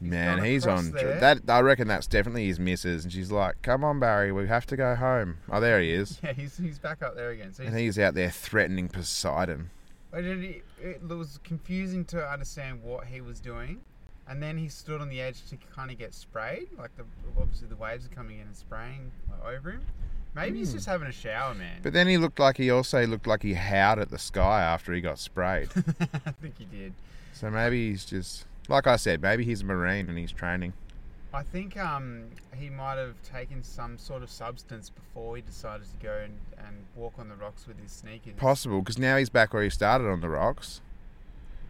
Man, gone he's across on. there. That I reckon that's definitely his missus, and she's like, "Come on, Barry, we have to go home." Oh, there he is, Yeah, he's he's back up there again. So he's, and he's out there threatening Poseidon. I didn't- it, was confusing to understand what he was doing, and then he stood on the edge to kind of get sprayed. Like the obviously the waves are coming in and spraying like, over him. Maybe he's just having a shower, man. Hmm. But then he looked like he also looked like he howled at the sky after he got sprayed. I think he did. so maybe he's just like I said, maybe he's a marine and he's training. I think um, he might have taken some sort of substance before he decided to go and, and walk on the rocks with his sneakers. Possible because now he's back where he started on the rocks.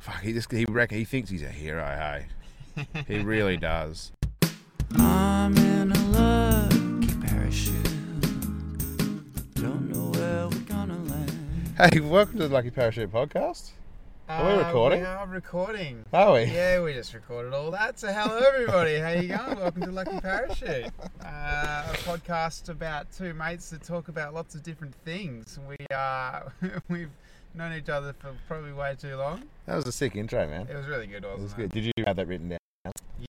Fuck, he just he reckon he thinks he's a hero. Hey, he really does. I'm in a lucky parachute. Don't know where we're gonna land. Hey, welcome to the Lucky Parachute Podcast. Are we recording? Uh, We are recording. Are we? Yeah, we just recorded all that. So hello everybody, how you going? Welcome to Lucky Parachute, uh, a podcast about two mates that talk about lots of different things. We are we've known each other for probably way too long. That was a sick intro, man. It was really good, It wasn't was it? good. Did you have that written down?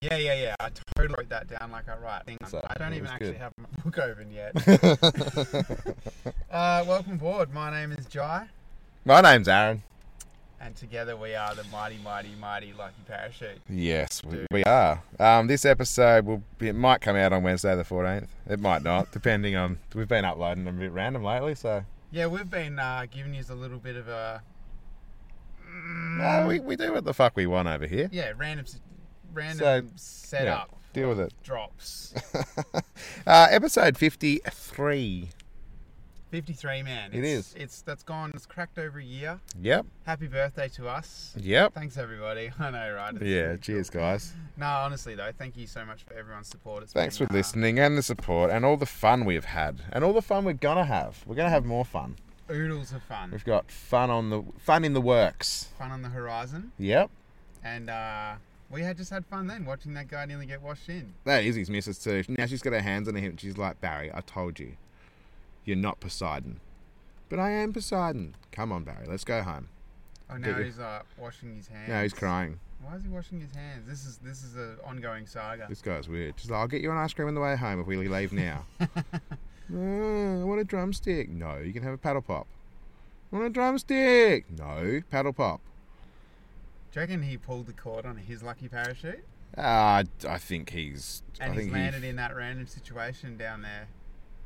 Yeah, yeah, yeah. I totally wrote that down like I write things. So, I don't it even was actually good. have my book open yet. uh, welcome aboard. My name is Jai, My name's Aaron. and together we are the mighty, mighty, mighty Lucky Parachute. Yes, we, we are. Um, this episode will be, it might come out on Wednesday the fourteenth. It might not, depending on we've been uploading them a bit random lately. So Yeah, we've been uh, giving you a little bit of a no, Oh, we, we do what the fuck we want over here. yeah random, s- random Yeah, setup deal with it. drops. Uh, episode fifty-three. Fifty-three man. It It's- is. It's that's gone. It's cracked over a year. Yep. Happy birthday to us. Yep. Thanks everybody. I know, right? It's Yeah. really Cheers, guys. cool. No, honestly though, thank you so much for everyone's support. It's Thanks for been, uh, listening and the support and all the fun we've had and all the fun we're gonna have. We're gonna have more fun. Oodles of fun. We've got fun on the fun in the works. fun on the horizon, Yep. and uh, we had just had fun then watching that guy nearly get washed in. That is his missus too. Now she's got her hands on him. She's like, Barry, I told you, you're not Poseidon. But I am Poseidon. Come on, Barry, let's go home. Oh, now you- he's like washing his hands. No, he's crying. Why is he washing his hands? This is this is an ongoing saga. This guy's weird. She's like, I'll get you an ice cream on the way home if we leave now. "No, I want a drumstick. No, you can have a paddle pop. I want a drumstick. No, paddle pop. Do you reckon he pulled the cord on his lucky parachute Uh, I think he's. and I he's think landed he, in that random situation down there?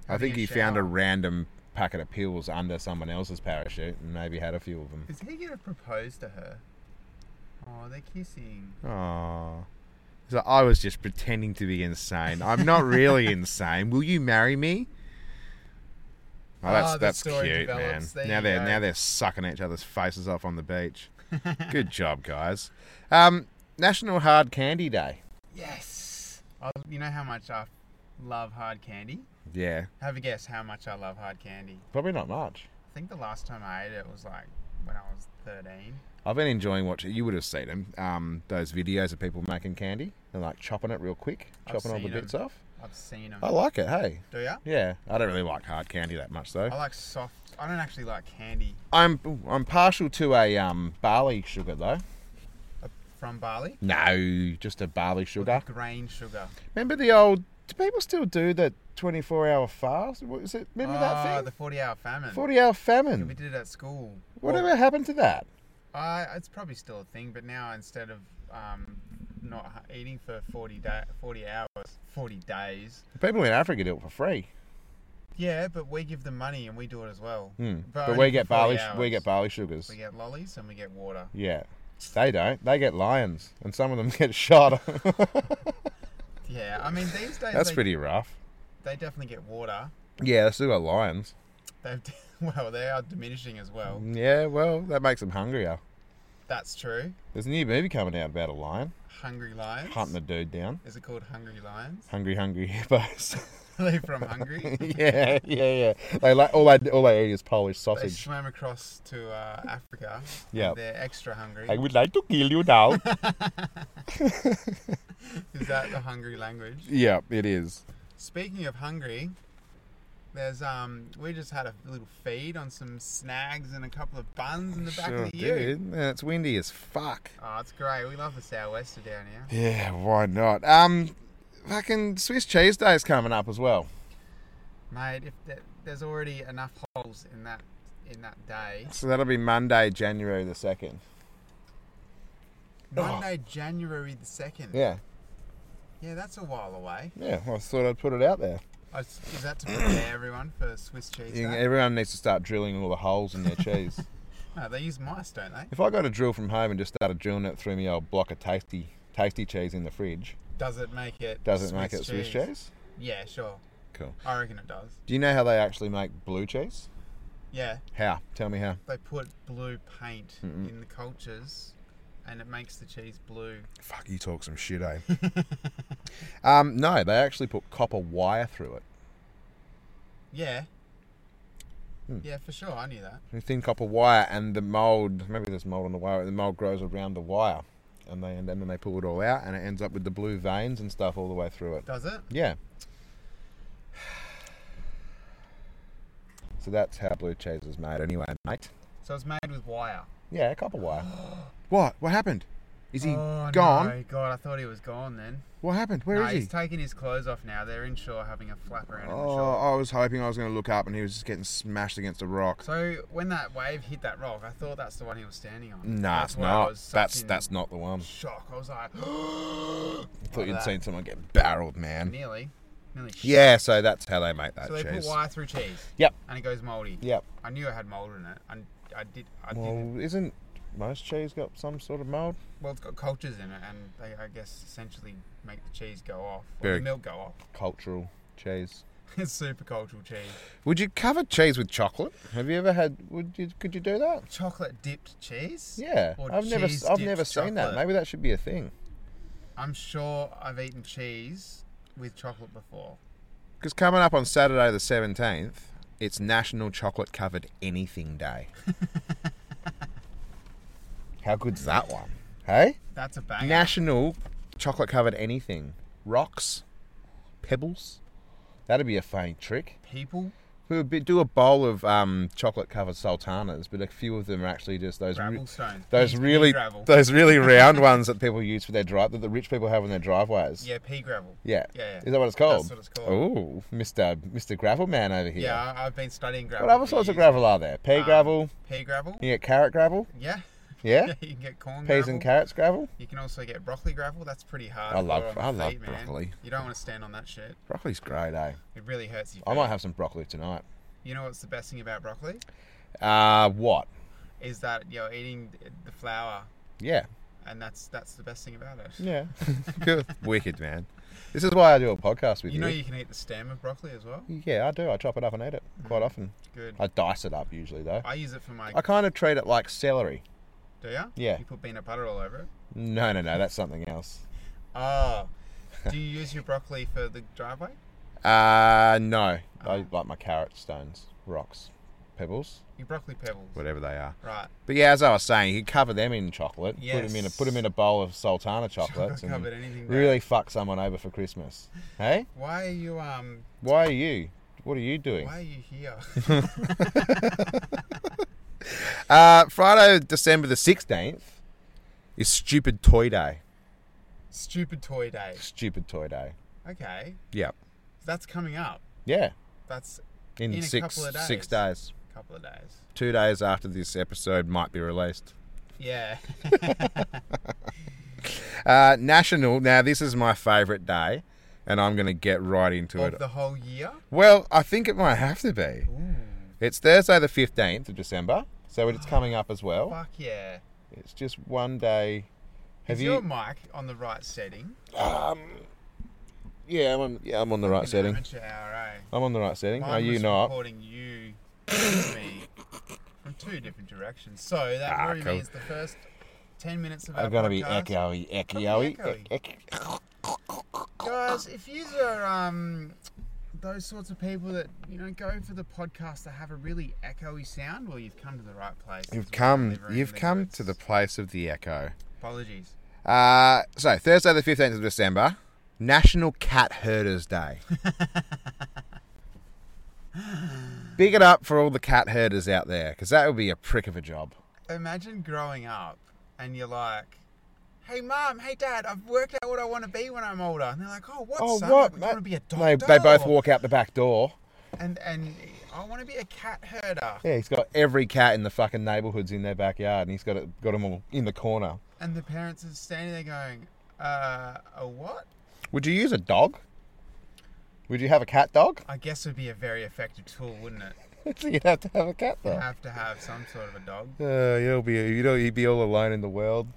I think having a he found a shower? random packet of pills under someone else's parachute and maybe had a few of them. Is he gonna propose to her? Oh, they're kissing. Oh. So I was just pretending to be insane. I'm not really insane. Will you marry me? Oh, that's Ah, the that's story cute, man. develops. There now you they're go. now they're sucking each other's faces off on the beach. Good job, guys. Um, National Hard Candy Day. Yes. I, you know how much I love hard candy. Yeah, Have a guess how much I love hard candy. probably not much. I think the last time I ate it was like when I was 13. I've been enjoying watching. You would have seen them. Um, those videos of people making candy and like chopping it real quick, I've chopping all the seen 'em. bits off. I've seen them. I like it. Hey, Do ya? yeah. I don't really like hard candy that much though. I like soft. I don't actually like candy I'm I'm partial to a um, barley sugar though. uh, from barley. No, just a barley sugar. Like Grain sugar. Remember the old? Do people still do the twenty-four hour fast? What is it? Remember Ah, that the thing? 40 hour famine. Forty hour Yeah, we famine. did it at school. Whatever happened to that? Uh, it's probably still a thing, but now instead of um, not h- eating for 40, day, 40 hours, 40 days. People in Africa do it for free. Yeah, but we give them money and we do it as well. Hmm. But, only we for get 40 barley. We hours. get barley sugars. We get lollies and we get water. yeah, they don't. They get lions, and some of them get shot. Yeah, I mean, these days That's they, pretty rough. they definitely get water. Yeah, they still got lions. They've, well, they are diminishing as well. Yeah, well, that makes them hungrier. That's true. There's a new movie coming out about a lion Hungry Lions. hunting a dude down. Is it called Hungry Lions? Hungry, hungry hippos. Are they from Hungary? yeah, yeah, yeah. They like all they all they eat is Polish they sausage. swam across to uh, Africa. Yeah. They're extra hungry. I would like to kill you now. Is that the Hungry language? yeah, it is. Speaking of hungry, There's um, we just had a little feed on some snags and a couple of buns in the back Sure of the U. did. Man, it's windy as fuck. Oh, it's great. We love the sou'wester down here. Yeah, why not? Um, fucking Swiss Cheese Day is coming up as well. Mate, if th- there's already enough holes in that in that day. So that'll be Monday, January the second. Oh. Monday, January the second. Yeah, Yeah, that's a while away. yeah. I thought I'd put it out there. I s- Is that to prepare everyone for Swiss cheese? You- Day? everyone needs to start drilling all the holes in their cheese. No, they use mice, don't they? If I got a drill from home and just started drilling it through me old block of tasty, tasty cheese in the fridge, Does it make it? does it make it Swiss cheese? Yeah, sure. Cool. I reckon it does. Do you know how they actually make blue cheese? Yeah, How? Tell me how. they put blue paint in the cultures, and it makes the cheese blue. Fuck, you talk some shit, eh? um, no, they actually put copper wire through it. Yeah. Hmm. Yeah, for sure. I knew that. thin copper wire and the mold maybe there's mold on the wire the mold grows around the wire and they and then they pull it all out and it ends up with the blue veins and stuff all the way through it Does it? yeah so that's how blue cheese is made anyway mate So it's made with wire. yeah copper wire what what happened is he oh, gone No, God, I thought he was gone then. what happened Where no, is he he's taking his clothes off now. They're in shore having a flap around in the oh shore. i was hoping i was going to look up and he was just getting smashed against a rock So when that wave hit that rock, I thought that's the one he was standing on. nah it's why I not was such that's in that's not the one shock. I was like, i thought you'd that. seen someone get barreled man nearly, nearly. shit. yeah so that's how they make that So they cheese put wire through cheese. Yep. And it goes moldy. Yep. I knew it had mold in it. And I did. I didn't. Well, isn't most cheese got some sort of mold? Well, it's got cultures in it, and they, I guess, essentially make the cheese go off, or Very- the milk go off. Cultural cheese. it's super cultural cheese. Would you cover cheese with chocolate? Have you ever had? Would you? Could you do that? Chocolate dipped cheese. Yeah, Or I've never, cheese I've dipped never seen that. chocolate. Maybe that should be a thing. I'm sure I've eaten cheese with chocolate before. Because coming up on Saturday the seventeenth, it's National Chocolate Covered Anything Day. How good's that one? Hey, That's a banger. National Chocolate Covered Anything. Rocks, pebbles. That'd be a funny trick. People We would be, do a bowl of um, chocolate covered sultanas, but a few of them are actually just those re- gravel stones. those Pea- pea really gravel. those really round ones that people use for their drive that the rich people have in their driveways. yeah, pea gravel. Yeah. Yeah, yeah. Is that what it's called? what it's called. Ooh, Mr. Mr. Gravel Man over here. Yeah, I- I've been studying gravel. What other for sorts of years. gravel are there? Pea Um, gravel. Pea gravel. You get carrot gravel. Yeah. Yeah. Yeah, you can get corn Peas gravel. and carrots gravel. You can also get broccoli gravel. That's pretty hard. I for love- on I your love feet, man. broccoli. You don't want to stand on that shit. Broccoli's great, eh? It really hurts you. I might have some broccoli tonight. You know what's the best thing about broccoli Uh what? is that you're eating the flower, Yeah. and that's that's the best thing about it. Yeah. Good. Wicked man. This is why I do a podcast with You you. know you can eat the stem of broccoli as well. Yeah, I do. I chop it up and eat it quite often. Good. I dice it up usually though. Mm. I use it for my. I kind of treat it like celery. Do ya? Yeah. You put peanut butter all over it. No, no, no, that's something else. Oh. Do you use your broccoli for the driveway? Uh no, I like my carrot stones, rocks, pebbles, Your broccoli pebbles. whatever they are. Right. But yeah, as I was saying, you could cover them in chocolate. Put them in a put 'em in a bowl of sultana chocolates and covered anything there. really fuck someone over for Christmas. Hey, Why are you um? why are you? What are you doing? Why are you here? Uh, Friday, December the sixteenth, is Stupid Toy Day. Stupid toy day. Stupid Toy Day. Okay. Yep. That's coming up. Yeah. That's In, In a six couple of six days. days. a couple of days. two days after this episode might be released. Yeah. Uh, national. Now, this is my favourite day, and I'm going to get right into of it. the whole year. well, I think it might have to be. It's Thursday, the 15th of December, so it's coming up as well. Fuck yeah. It's just one day. Have Is you? your mic on the right setting? Um, yeah, I'm on, yeah, I'm on the right setting. Amateur hour, eh? I'm on the right setting. Mine Are you was not? Recording you, and me, from two different directions. So that Ah, really cool. means the first ten minutes of our I'm going to be podcast- echoey, echoey, echoey. echoey. Guys, if you are um, those sorts of people that you know go for the podcast that have a really echoey sound, well, you've come to the right place. It's You've what come. delivering You've the come goods. to the place of the echo. apologies. Uh, so Thursday the fifteenth of December, National Cat Herders Day. Big it up for all the cat herders out there, because that would be a prick of a job. Imagine growing up and you're like, hey, mum, hey, dad, I've worked out what I want to be when I'm older. And they're like, oh, what, son? Like, mate?" want to be a They, doctor? they both or- walk out the back door. And, and I want to be a cat herder. Yeah, he's got every cat in the fucking neighbourhoods in their backyard, and he's got it, got them all in the corner. And the parents are standing there going, uh, a what? Would you use a dog? Would you have a cat dog? I guess it would be a very effective tool, wouldn't it? so you'd have to have a cat You dog. have to have some sort of a dog. Uh, you'll be you know you'd be all alone in the world.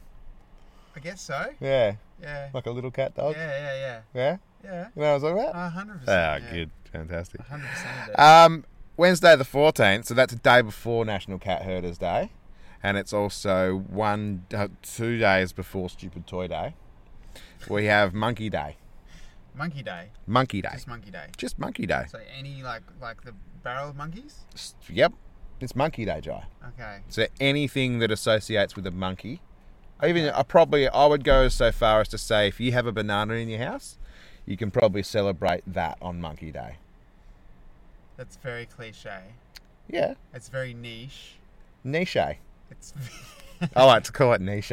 I guess so. Yeah, Yeah. like a little cat Yeah, dog. Yeah, yeah, yeah. you know what I was like that. Yeah. A hundred Ah, percent. Uh, yeah. good, fantastic. A hundred percent. of it. Um, Wednesday the fourteenth, so that's a day before National Cat Herders Day, and it's also one uh, two days before Stupid Toy Day. We have Monkey Day, Monkey day. Monkey Day, Just monkey day. just Monkey Day. So any like like the barrel of monkeys? S- Yep, it's Monkey Day, Jai. Okay. So anything that associates with a monkey, I even I probably I would go so far as to say if you have a banana in your house, you can probably celebrate that on Monkey Day. That's very cliche. Yeah, It's very niche. niche. I It's like to call it niche.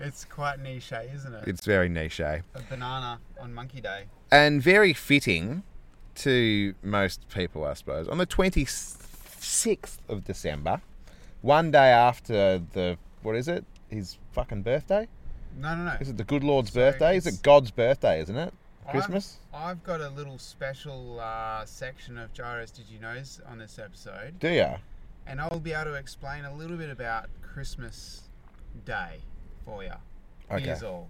it's quite niche, eh, isn't it? It's very niche. A banana on monkey day. and very fitting to most people, I suppose. On the 26th of December, one day after the, what is it? His fucking birthday? No, no, no. Is it the good Lord's Sorry, birthday? Is it's- it God's birthday, isn't it? I've- Christmas? I've, got a little special uh, section of Gyros Did You Knows on this episode, Do ya? and I'll be able to explain a little bit about Christmas Day for you. Okay. Here's all.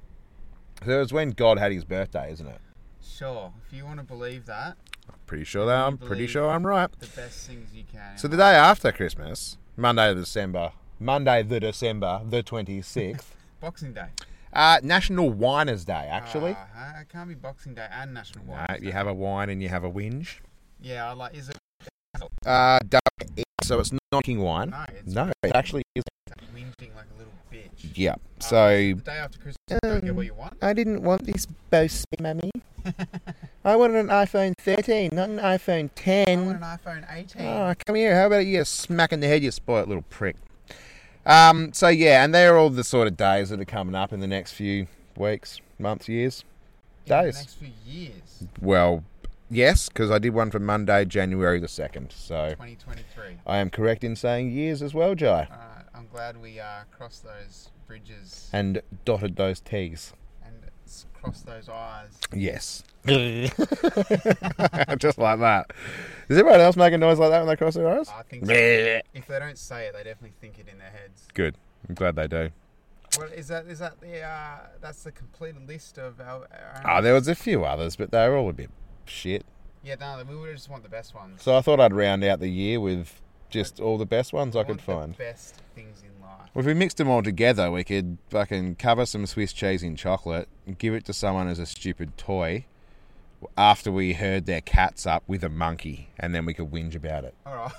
So it was when God had his birthday, isn't it? Sure, if you want to believe that, Pretty sure that I'm pretty believe- sure I'm right. the best things you can. So the day after Christmas, Monday the December, Monday the December, the 26th, Boxing Day. uh, National Winers Day, actually. Ah, it can't be Boxing Day and National No, Wine. you have a wine and you have a whinge. Yeah, I like. Is it Uh, W-E, so it's not drinking wine. no? It's No, it actually is. whinging like a little bitch. Yeah. Ah, So the day after Christmas, you don't get what you want. I didn't want this boast, mummy. I wanted an iPhone 13, not an iPhone I want an 10. iPhone 18. Oh, come here. How about you get a smack in the head, you spoiled little prick? Um. So yeah, and they're all the sort of days that are coming up in the next few weeks, months, years, in the days. next few years, Well, yes, because I did one for Monday, January the second. So 2023. I am correct in saying years as well, Jai, All right, Uh, I'm glad we uh, crossed those bridges and, and dotted those T's. s- crossed those I's. Yes. Just like that. Is everyone else making noise like that when they cross their eyes? I think so. Good. if they don't say it, they definitely think it in their heads. I'm glad they do. What is that? Is that the? Uh, that's the complete list of our. our Ah, there was a few others, but they were all a bit shit. yeah, no, we would just want the best ones. So I thought I'd round out the year with just all the best ones I We could find. want the best things in life. Well, if we mixed them all together, we could fucking cover some Swiss cheese in chocolate, give it to someone as a stupid toy after we herd their cats up with a monkey, and then we could whinge about it. All right.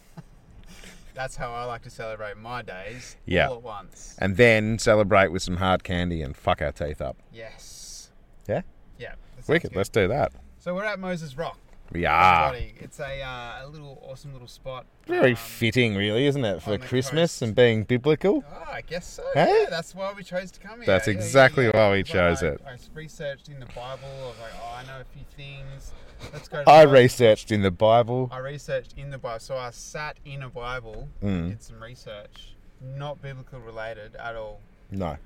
that's how I like to celebrate my days. Yeah. All at once. And then celebrate with some hard candy and fuck our teeth up. Yes. Yeah? Yeah. that sounds Wicked, good. let's do that. So we're at Moses Rock. Yeah. everybody. It's a, uh, a little awesome little spot. Very Um, fitting, really, isn't it, for on the Christmas coast. and being biblical? Ah, I guess so. Hey? Yeah, that's why we chose to come here. That's Yeah, yeah, exactly yeah. why we It's like chose I, it. I researched in the Bible. I was like, oh, I know a few things. Let's go. To I the Bible. researched in the Bible. I researched in the Bible, so I sat in a Bible, Mm. did some research, not biblical related at all. No.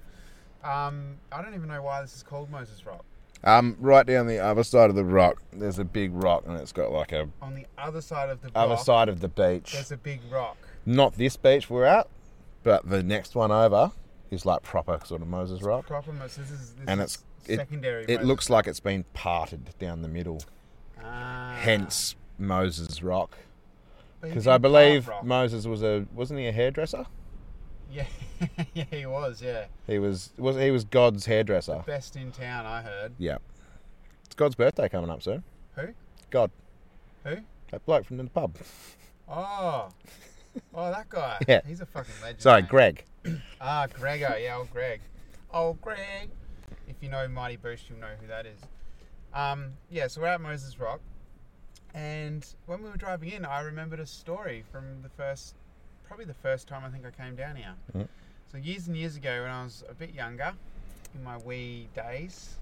Um, I don't even know why this is called Moses Rock. Um, right down the other side of the rock, there's a big rock, and it's got like a On the other side of the rock, other side of the beach. Oh. there's a big rock. Not this beach we're at, but the next one over is like proper sort of Moses Rock, Proper Moses. This is this and is it's it, secondary. It Moses. looks like it's been parted down the middle, Ah. hence Moses Rock. But he Because didn't I believe carve rock. Moses was a wasn't he a hairdresser? Yeah, yeah, he was. Yeah, He was was he was God's hairdresser. best in town. I heard. Yeah. It's God's birthday coming up soon. Who? God, Who? that bloke from the pub. Oh, oh, that guy. Yeah. He's a fucking legend. Sorry, mate. Greg. Ah, Gregor. Yeah, old Greg. Old Greg. If you know Mighty Boost, you'll know who that is. Um, yeah. So we're at Moses Rock, And when we were driving in, I remembered a story from the first, probably the first time I think I came down here. Mm. So years and years ago, when I was a bit younger, in my wee days,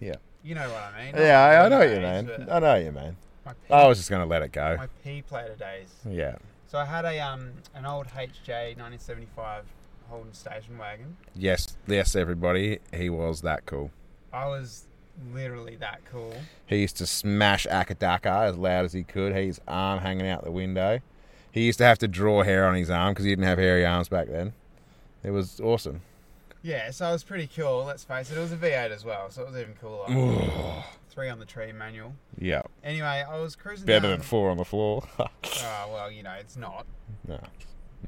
yeah. you know what I mean. not Yeah, I, I wee know what you days, mean. but I know what you mean. uh, My I pea, was just going to let it go. my pea plater days. Yeah. So I had a um an old HJ 1975 Holden station wagon. Yes, yes, everybody. He was that cool. I was literally that cool. He used to smash Akadaka as loud as he could. His arm hanging out the window. He used to have to draw hair on his arm because he didn't have hairy arms back then. It was awesome. Yeah, so I was pretty cool. Let's face it, it was a V8 as well, so it was even Mm. cooler. Three on the tree manual. yeah, Anyway, I was cruising. better down, than four on the floor. Oh, well, you know, it's not. no,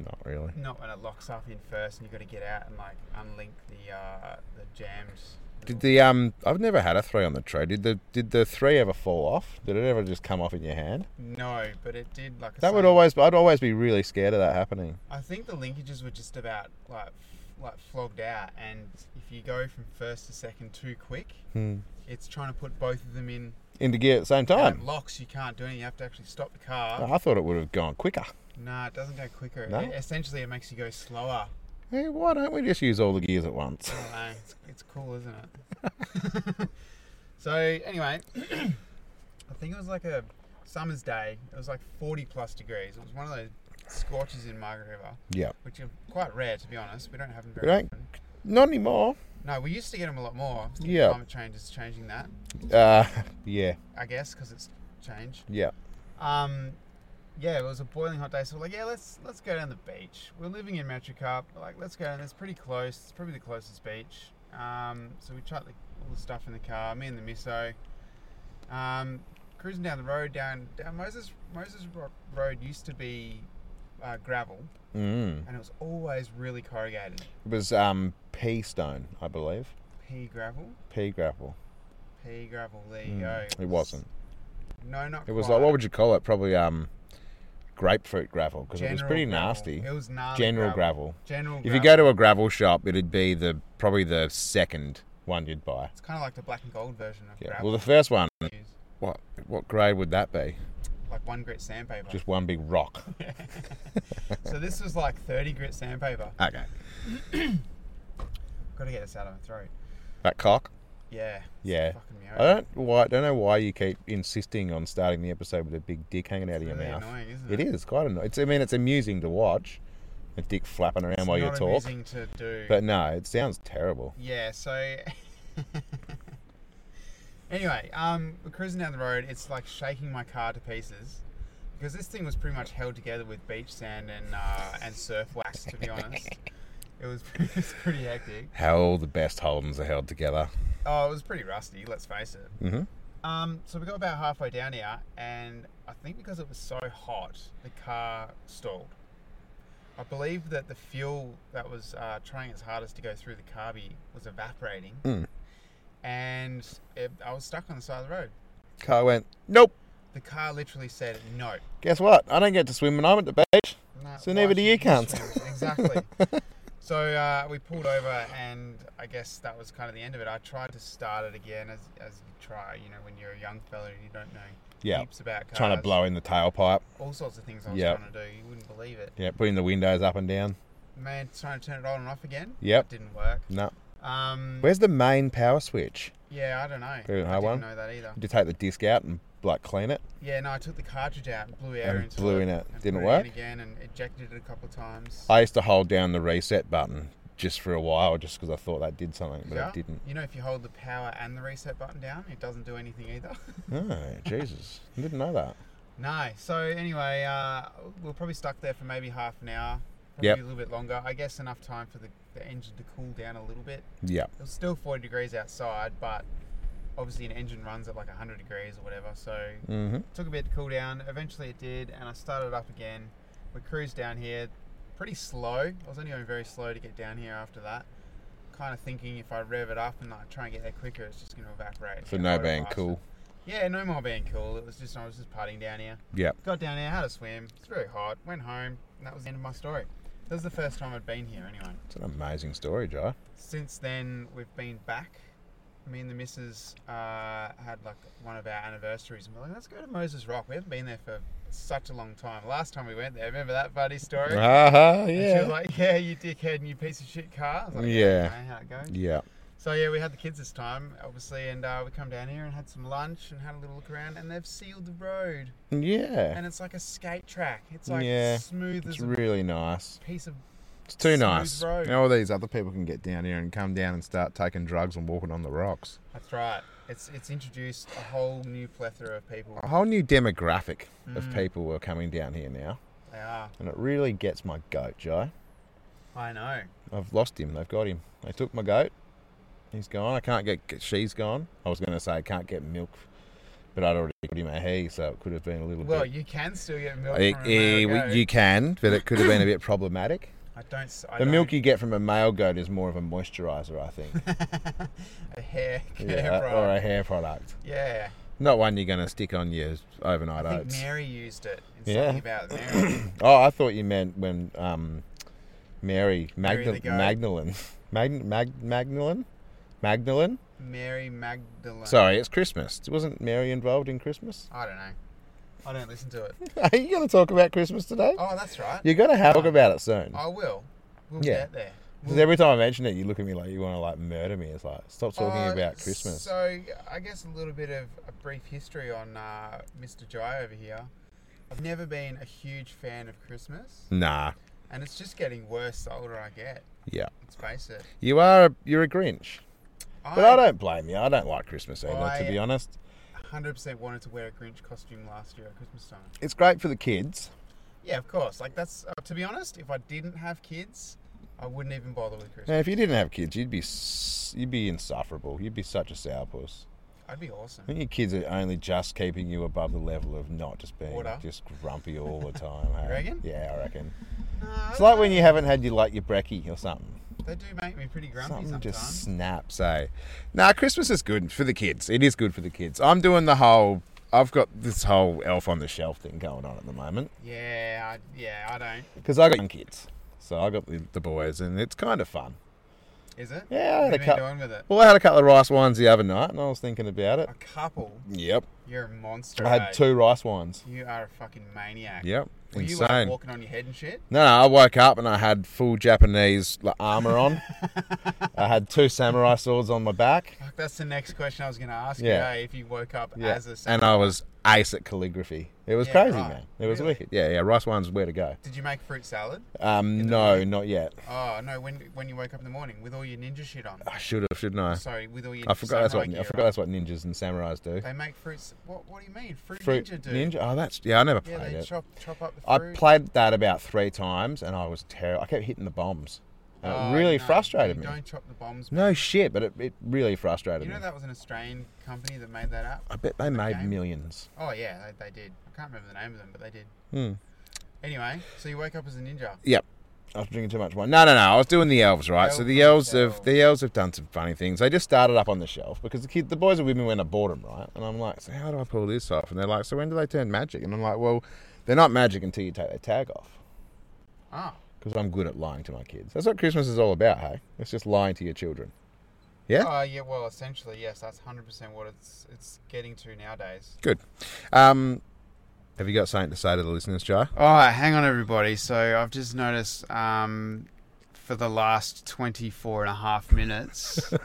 not really. Not when it locks up in first, and you got to get out and like unlink the uh, the jams. Did the um? I've never had a three on the tray. Did the did the three ever fall off? Did it ever just come off in your hand? no, but it did like. I That would say, always. I'd always be really scared of that happening. I think the linkages were just about like f- like flogged out, and if you go from first to second too quick, Hmm. it's trying to put both of them in. Into gear at the same And time. it locks. You can't do anything. You have to actually stop the car. I thought it would have gone quicker. Nah, it doesn't go quicker. No? It, essentially, it makes you go slower. Hey, why don't we just use all the gears at once? I don't know. It's, it's cool, isn't it? so anyway, I think it was like a summer's day. It was like 40 plus degrees. It was one of those scorches in Margaret River, Yeah. which are quite rare to be honest. We don't have them We very don't. often. Not anymore. No, we used to get them a lot more. I think Yeah. Climate change is changing that, Uh, yeah, I guess, because it's changed. yeah. Um, yeah, it was a boiling hot day, so we're like, yeah, let's let's go down the beach. We're living in Metricup, we're like let's go down. It's pretty close. It's probably the closest beach. Um, so we chucked the, all the stuff in the car. Me and the misso. Um, cruising down the road down down Moses Moses Ro- Road used to be uh, gravel, Mm. and it was always really corrugated. It was um pea stone, I believe. Pea gravel, Pea grapple. pea gravel. There you Mm. go. It wasn't. No, not. It was quite. like what would you call it? Probably um grapefruit gravel because it was General pretty gravel. nasty. It was gnarly General gravel. General. If you gravel. go to a gravel shop, it'd be the probably the second one you'd buy. It's kind of like the black and gold version of Yeah. gravel. Well, the first one. use, What what grade would that be? like one grit sandpaper. Just one big rock. so this was like 30 grit sandpaper. Okay. Got to get this out of my throat. That cock. Yeah. it's Yeah. Fucking I meow. don't why don't know why you keep insisting on starting the episode with a big dick hanging out of your Really mouth. annoying, isn't It it? is quite annoying. It's, I mean, it's amusing to watch a dick flapping around It's while you not talk, amusing to do. but no, it sounds terrible. yeah. So. anyway, um, we're cruising down the road. It's like shaking my car to pieces. Because this thing was pretty much held together with beach sand and uh, and surf wax, to be honest. It was, it was pretty hectic. How all the best Holdens are held together. Oh, it was pretty rusty, let's face it. hmm Um, so we got about halfway down here, and I think because it was so hot, the car stalled. I believe that the fuel that was uh, trying its hardest to go through the carby was evaporating, Mm. and it, I was stuck on the side of the road. Car went, nope. The car literally said no. Guess what? I don't get to swim when I'm at the beach. No, So why neither do should you can't. swim? Exactly. so uh, we pulled over, and I guess that was kind of the end of it. I tried to start it again, as, as you try, you know, when you're a young fella and you don't know Yeah. heaps about cars. Trying to blow in the tailpipe. all sorts of things I was Yeah. trying to do. You wouldn't believe it. Yeah, putting the windows up and down. Man, trying to turn it on and off again. Yep. That didn't work. No. Um, Where's the main power switch? yeah, I don't know. Go to the I high didn't one. know that either. Did you take the disc out and like clean it? Yeah, no, I took the cartridge out and blew air And into blew it. in it. and Didn't put it in work? again and ejected it a couple of times. I used to hold down the reset button just for a while, just because I thought that did something, but Yeah. it didn't. You know, if you hold the power and the reset button down, it doesn't do anything either. Oh, Jesus! I didn't know that. no. So anyway, uh, we are probably stuck there for maybe half an hour, probably Yep. a little bit longer. I guess enough time for the, the engine to cool down a little bit. Yeah. it was still 40 degrees outside, but obviously an engine runs at like 100 degrees or whatever, so it Mm-hmm. took a bit to cool down. Eventually it did, and I started up again. We cruised down here pretty slow. I was only going very slow to get down here after that. Kind of thinking if I rev it up and like try and get there quicker, it's just going to evaporate. For Get no low being faster. cool. Yeah, no more being cool. It was just I was just putting down here. Yeah. Got down here, had a swim. It's very hot. Went home, and that was the end of my story. That was the first time I'd been here anyway. It's an amazing story, Jai. Since then, we've been back me and the missus uh, had like one of our anniversaries, and we're like, let's go to Moses Rock. We haven't been there for such a long time. Last time we went there, remember that buddy story? Uh-huh, And she was yeah. like, "Yeah, you dickhead and you piece of shit car." I was like, Yeah. "Okay, how it goes?" Yeah. So yeah, we had the kids this time, obviously, and uh, we come down here and had some lunch and had a little look around, and they've sealed the road, Yeah. and it's like a skate track. It's like Yeah, smooth It's as a really nice. piece of. It's too smooth nice. road. All these other people can get down here and come down and start taking drugs and walking on the rocks. That's right. It's it's introduced a whole new plethora of people. A whole new demographic of Mm. people are coming down here now, They are. and it really gets my goat, Joe. I know. I've lost him. They've got him. They took my goat. He's gone. I can't get. She's gone. I was going to say I can't get milk, but I'd already got him a he, so it could have been a little Well, bit. you can still get milk It- from a eh, male we- goat. you can, but it could have been a bit problematic. I don't. s- I The don't- milk you get from a male goat is more of a moisturiser, I think, a hair care yeah, or product. a hair product. Yeah. Not one you're going to stick on your overnight I think oats. Mary used it. In Yeah. Something about Mary. Oh, I thought you meant when um, Mary Mary Magdal- the goat. Magdalene, Mag- Mag- Magdalene, Magdalene. Mary Magdalene. Sorry, it's Christmas. Wasn't Mary involved in Christmas? I don't know. I don't listen to it. Are you going to talk about Christmas today? Oh, that's right. You're going to have talk about it soon. I will. We'll Yeah. get there. Because every time I mention it, you look at me like you want to like murder me. It's like stop talking Uh, about Christmas. So I guess a little bit of a brief history on uh, Mr. Jai over here. I've never been a huge fan of Christmas, nah, and it's just getting worse the older I get. yeah, Let's face it. you are a, you're a Grinch, but I don't blame you. I don't like Christmas either, to I- be honest. 100% wanted to wear a Grinch costume last year at Christmas time. It's great for the kids. Yeah, of course. Like that's uh, to be honest, if I didn't have kids, I wouldn't even bother with Christmas. Now, if you didn't have kids, you'd be s- you'd be insufferable. You'd be such a sourpuss. I'd be awesome. I think your kids are only just keeping you above the level of not just being Water. just grumpy all the time. hey? reckon? Yeah, I reckon. No, It's like when you haven't had your like your brekkie or something. they do make me pretty grumpy Something sometimes. just snaps, eh? Nah, Christmas is good for the kids. It is good for the kids. I'm doing the whole. I've got this whole elf on the shelf thing going on at the moment Yeah, I, yeah, I don't. because I got young kids, so I got the, the boys, and it's kind of fun. Is it? Yeah, I had What have a you been cup- doing with it? Well, I had a couple of rice wines the other night, and I was thinking about it. A couple. Yep, You're a monster. I had eh? two rice wines. You are a fucking maniac. Yep, Were you uh, insane. like walking on your head and shit? No, no, I woke up and I had full Japanese like, armor on. I had two samurai swords on my back. Fuck, that's the next question I was gonna ask Yeah. you. eh, if you woke up Yeah. as a and I was ace at calligraphy. It was Yeah, crazy, right. man. It was Really? wicked. Yeah, yeah. Rice wine's where to go. did you make fruit salad? Um, the no, not yet. Oh no, when when you woke up in the morning with all your ninja shit on. I should have, shouldn't I? Sorry, with all your. I forgot that's what samurai I gear forgot on. that's what ninjas and samurais do. They make fruits. What? What do you mean? Fruit, Fruit ninja, ninja, dude. Oh, that's yeah. I never Yeah, played they it. chop chop up the I fruit. played that about three times, and I was terrible. I kept hitting the bombs. And Oh, it really no, frustrated you me. Don't chop the bombs. No shit, but it, it really frustrated You know me. that was an Australian company that made that up. I bet they made game? millions. Oh yeah, they, they did. I can't remember the name of them, but they did. Hmm. Anyway, so you wake up as a ninja. Yep. I was drinking too much wine. No, no, no. I was doing the elves, right? so the elves Elves on the have shelf. the elves have done some funny things. They just started up on the shelf because the kid, the boys are with me when I bought them, right? And I'm like, so how do I pull this off? And they're like, so when do they turn magic? And I'm like, well, they're not magic until you take their tag off. Oh, Because I'm good at lying to my kids. That's what Christmas is all about, hey? It's just lying to your children. Yeah. uh, yeah. Well, essentially, yes. That's hundred percent what it's it's getting to nowadays. Good. Um, have you got something to say to the listeners, Jai? All right, hang on, everybody. So I've just noticed um, for the last 24 and a half minutes, uh,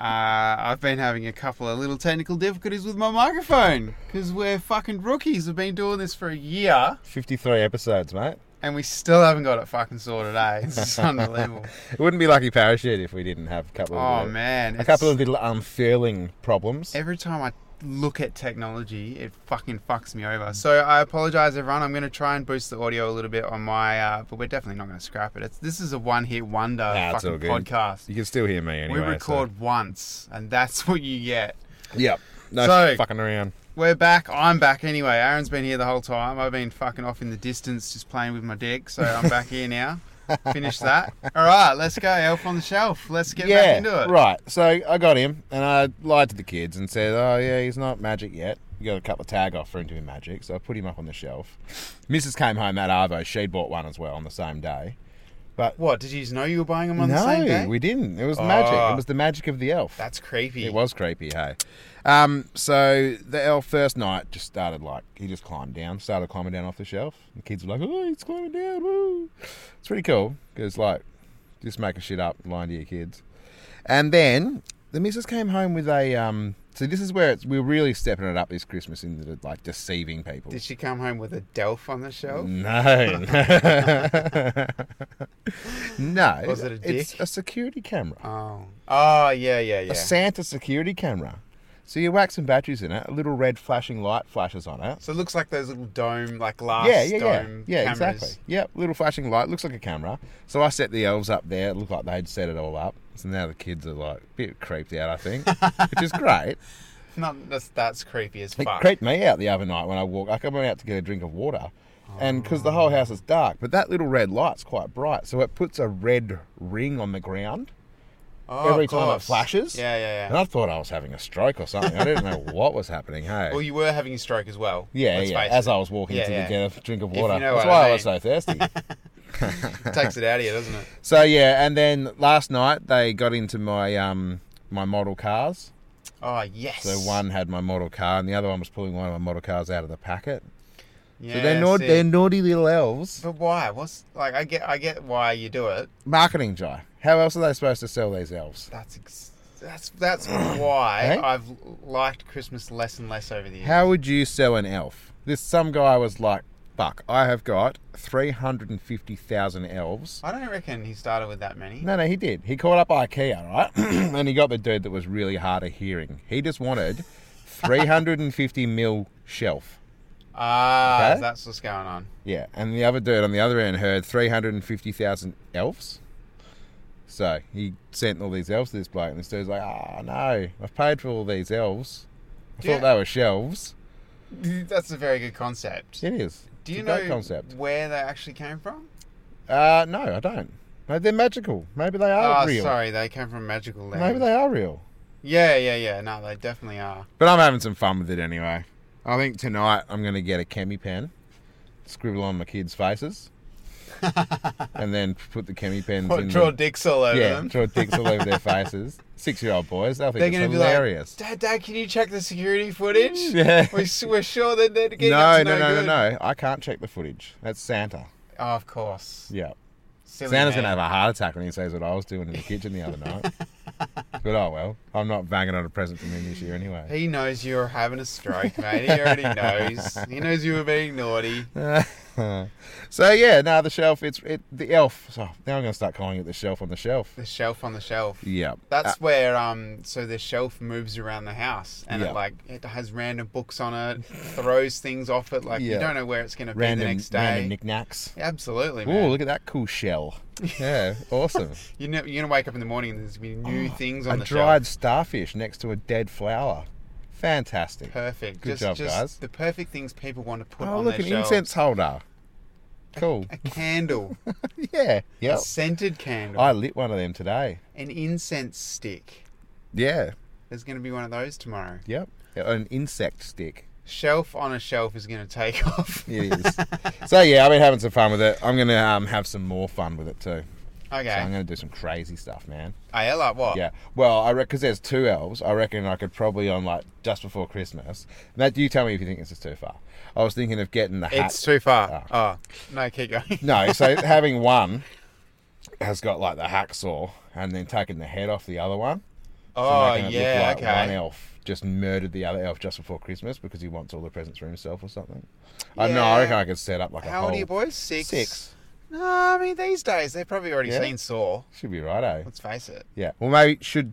I've been having a couple of little technical difficulties with my microphone because we're fucking rookies. We've been doing this for a year Fifty-three episodes, mate. and we still haven't got it fucking sorted, eh? It's just unbelievable. It wouldn't be lucky parachute if we didn't have a couple. Oh, of, uh, man. A couple it's- of little unfurling problems. Every time I look at technology, it fucking fucks me Mm. over. So I apologize, everyone. I'm going to try and boost the audio a little bit on my, uh, but we're definitely not going to scrap it. It's, this is a one hit wonder Nah, it's all fucking good. podcast. You can still hear me anyway. we record once, and that's what you get. So. Yep. No So- fucking around. We're back. I'm back anyway. Aaron's been here the whole time. I've been fucking off in the distance just playing with my dick, so I'm back here now. Finish that. All right, let's go. Elf on the shelf. Let's get yeah. back into it. Right. So I got him and I lied to the kids and said, oh, yeah, he's not magic yet. You got a couple of tag off for him to be magic. So I put him up on the shelf. Mrs. came home that Arvo. She'd bought one as well on the same day. But What? Did you just know you were buying them on the same no, day? we didn't. It was magic. Ah. It was the magic of the elf. That's creepy. It was creepy, hey. Um, so the elf first night just started like he just climbed down, started climbing down off the shelf. The kids were like, "Oh, he's climbing down!" Woo. It's pretty cool because like just making shit up, lying to your kids. And then the missus came home with a um. So this is where it's we're really stepping it up this Christmas into the, like deceiving people. Did she come home with a delf on the shelf? Mm. No, no. Was it a It's dick? a security camera. Oh. Oh, yeah, yeah, yeah. a Santa security camera. So you whack some batteries in it, a little red flashing light flashes on it. So it looks like those little dome, like glass yeah, yeah, yeah. dome Yeah, cameras. exactly. Yep, little flashing light, looks like a camera. So I set the elves up there, it looked like they'd set it all up. So now the kids are like a bit creeped out, I think, which is great. Not that's, that's creepy as It fuck. creeped me out the other night when I walked. Like I went out to get a drink of water, and because the whole house is dark, but that little red light's quite bright, so it puts a red ring on the ground. Oh, every of time it course. flashes. Yeah, yeah, And yeah. I thought I was having a stroke or something. I didn't know what was happening. Hey, Well, you were having a stroke as well. Yeah, let's yeah. face As it. I was walking Yeah, to yeah. get a drink of If you water, know that's what I why I was mean. so thirsty. It takes it out of you, doesn't it? so yeah, and then last night they got into my um my model cars. Oh yes. So one had my model car, and the other one was pulling one of my model cars out of the packet. Yeah, so they're nau- see. they're naughty little elves. But why? What's like? I get, I get why you do it. Marketing guy. How else are they supposed to sell these elves? That's ex- that's that's why Eh? I've liked Christmas less and less over the years. How would you sell an elf? This some guy was like, "Fuck, I have got three hundred and fifty thousand elves." I don't reckon he started with that many. No, no, he did. He called up IKEA, right? and he got the dude that was really hard of hearing. He just wanted 350 mil shelf. Ah, Okay. that's what's going on. Yeah, and the other dude on the other end heard 350,000 elves. So he sent all these elves to this bloke, and this dude's like, oh no, I've paid for all these elves. I Yeah. thought they were shelves. That's a very good concept. It is. Do It's you a know great concept? where they actually came from? Uh, no, I don't. No, they're magical. Maybe they are oh, real. sorry, they came from magical land. Maybe they are real. Yeah, yeah, yeah. No, they definitely are. But I'm having some fun with it anyway. I think tonight I'm going to get a chemi pen, scribble on my kids' faces, and then put the chemi pens Put in. draw the, dicks all over yeah, them. draw dicks all over their faces. Six-year-old boys, they'll think They're it's gonna be hilarious. like, Dad, Dad, can you check the security footage? Yeah. We s- We're sure that they're getting up no, to no, no, no, good." no. I can't check the footage. That's Santa. Oh, of course. Yeah. Silly Santa's man. going to have a heart attack when he sees what I was doing in the kitchen the other night. but oh well. I'm not banging on a present from him this year anyway. He knows you're having a stroke, mate. He already knows. He knows you were being naughty. so yeah, now the shelf, it's it the elf. So now I'm going to start calling it the shelf on the shelf. The shelf on the shelf. Yeah. That's where um so the shelf moves around the house and Yeah. it like it has random books on it, throws things off it like Yeah. you don't know where it's gonna be random, the next random day. knickknacks. Absolutely, Oh, man. look at that cool shell. Yeah, awesome. You know, you're gonna wake up in the morning and there's gonna be new things on Oh, a the dried shelf. starfish next to a dead flower. Fantastic. Perfect. Good just, job, just guys. The perfect things people want to put Oh, on look, their an shelves. incense holder. Cool. A candle, yeah. a Yep. scented candle, I lit one of them today. an incense stick. Yeah. There's gonna be one of those tomorrow. Yep. An insect stick. Shelf on a shelf is gonna take off. It is. so yeah, I've been having some fun with it. I'm gonna um, have some more fun with it too. Okay. So I'm gonna do some crazy stuff, man. I like what? Yeah. Well, I because there's two elves, I reckon I could probably on like just before Christmas. Matt, you tell me if you think this is too far. I was thinking of getting the hat. It's too far. Ah. Oh. no, keep going. no, so having one has got like the hacksaw, and then taking the head off the other one. so Oh making it look yeah, like One okay. elf just murdered the other elf just before Christmas because he wants all the presents for himself or something. I don't know. I Yeah. reckon I could set up like a How whole old are you boys? Six. six. No, I mean these days they've probably already Yeah. seen Saw. Should be right, eh? Let's face it. Yeah. Well, maybe should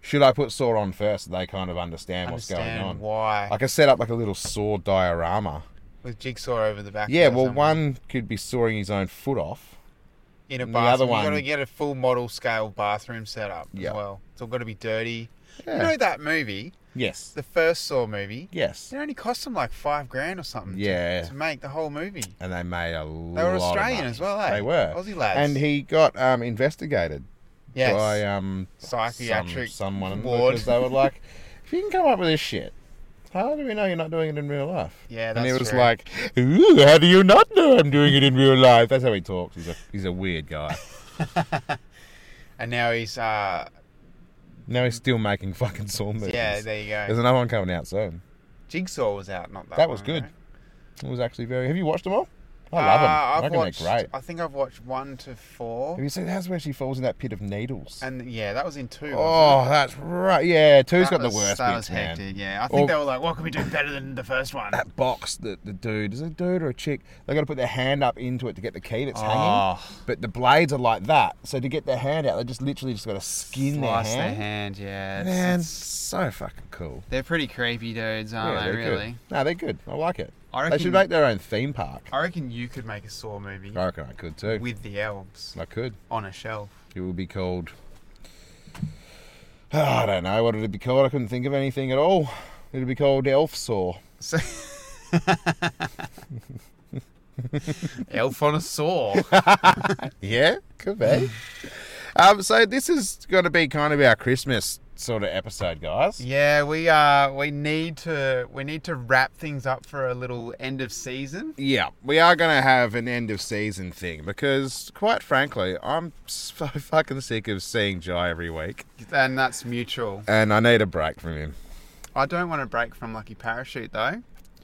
should I put saw on first so they kind of understand, what's Understand going on? why I could set up like a little saw diorama. with jigsaw over the back. Yeah, or well, something. one could be sawing his own foot off. in a the bathroom. other You've got to one- get a full model scale bathroom setup Yeah. as well. It's all got to be dirty. Yeah. You know that movie, Yes. the first Saw movie. Yes. It only cost them like five grand or something. to- Yeah. To, make the whole movie. And they made a lot. They were of Australian money. as well, eh? They were Aussie lads. And he got um, investigated yes. by um, some- Psychiatric someone ward. because they were like, "If you can come up with this shit, How do we know you're not doing it in real life? Yeah, and he that's was true. like, Ooh, how do you not know I'm doing it in real life? That's how he talks. He's a, he's a weird guy. and now he's uh, now he's still making fucking Saw movies. yeah, there you go. There's another one coming out soon. Jigsaw was out, not that. That was long good. ago. It was actually very. Have you watched them all? I Uh, love them. I I've reckon watched, they're great. I think I've watched one to four, Have you seen that's where she falls in that pit of needles? and yeah, that was in two. wasn't it? oh, that's right. Yeah, two's that got the was- worst That bits, was man. hectic. Yeah, I think Or- they were like, "What can we do better than the first one?" That box that the dude is it a dude or a chick? They got to put their hand up into it to get the key that's Oh. hanging. But the blades are like that, so to get their hand out, they just literally just got to skin Slice their hand. yeah. it's- Man, it's- so fucking cool. they're pretty creepy dudes, aren't they're they? good. Really. No, they're good. Oh, I like it. I they reckon- should make their own theme park. I reckon you could make a Saw movie I reckon I could too. with the elves I could. on a shelf. It would be called. Ah, I don't know what it would be called. I couldn't think of anything at all. It would be called Elf Saw. So. Elf on a saw. Yeah, could be. um, so this is going to be kind of our Christmas sort of episode, guys. yeah, we uh we need to we need to wrap things up for a little end of season. Yeah, we are going to have an end of season thing because, quite frankly, I'm so fucking sick of seeing Jai every week, And that's mutual. and I need a break from him. I don't want to break from Lucky Parachute though.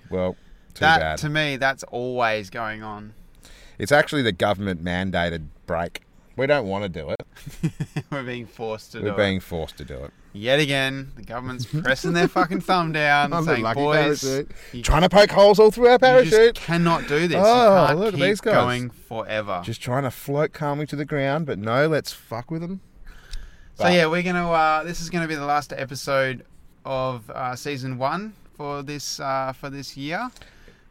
Well, too that bad. to me that's always going on. it's actually the government mandated break. We don't want to do it. We're being forced to We're do being forced to do it. it. Yet again, the government's pressing their fucking thumb down and saying, boys, you, Trying to poke holes all through our you just parachute. cannot do this. Oh, you can't look at keep these guys. going forever. Just trying to float calmly to the ground, but no, let's fuck with them. so yeah, we're gonna. Uh, this is gonna be the last episode of uh, season one for this uh, for this year.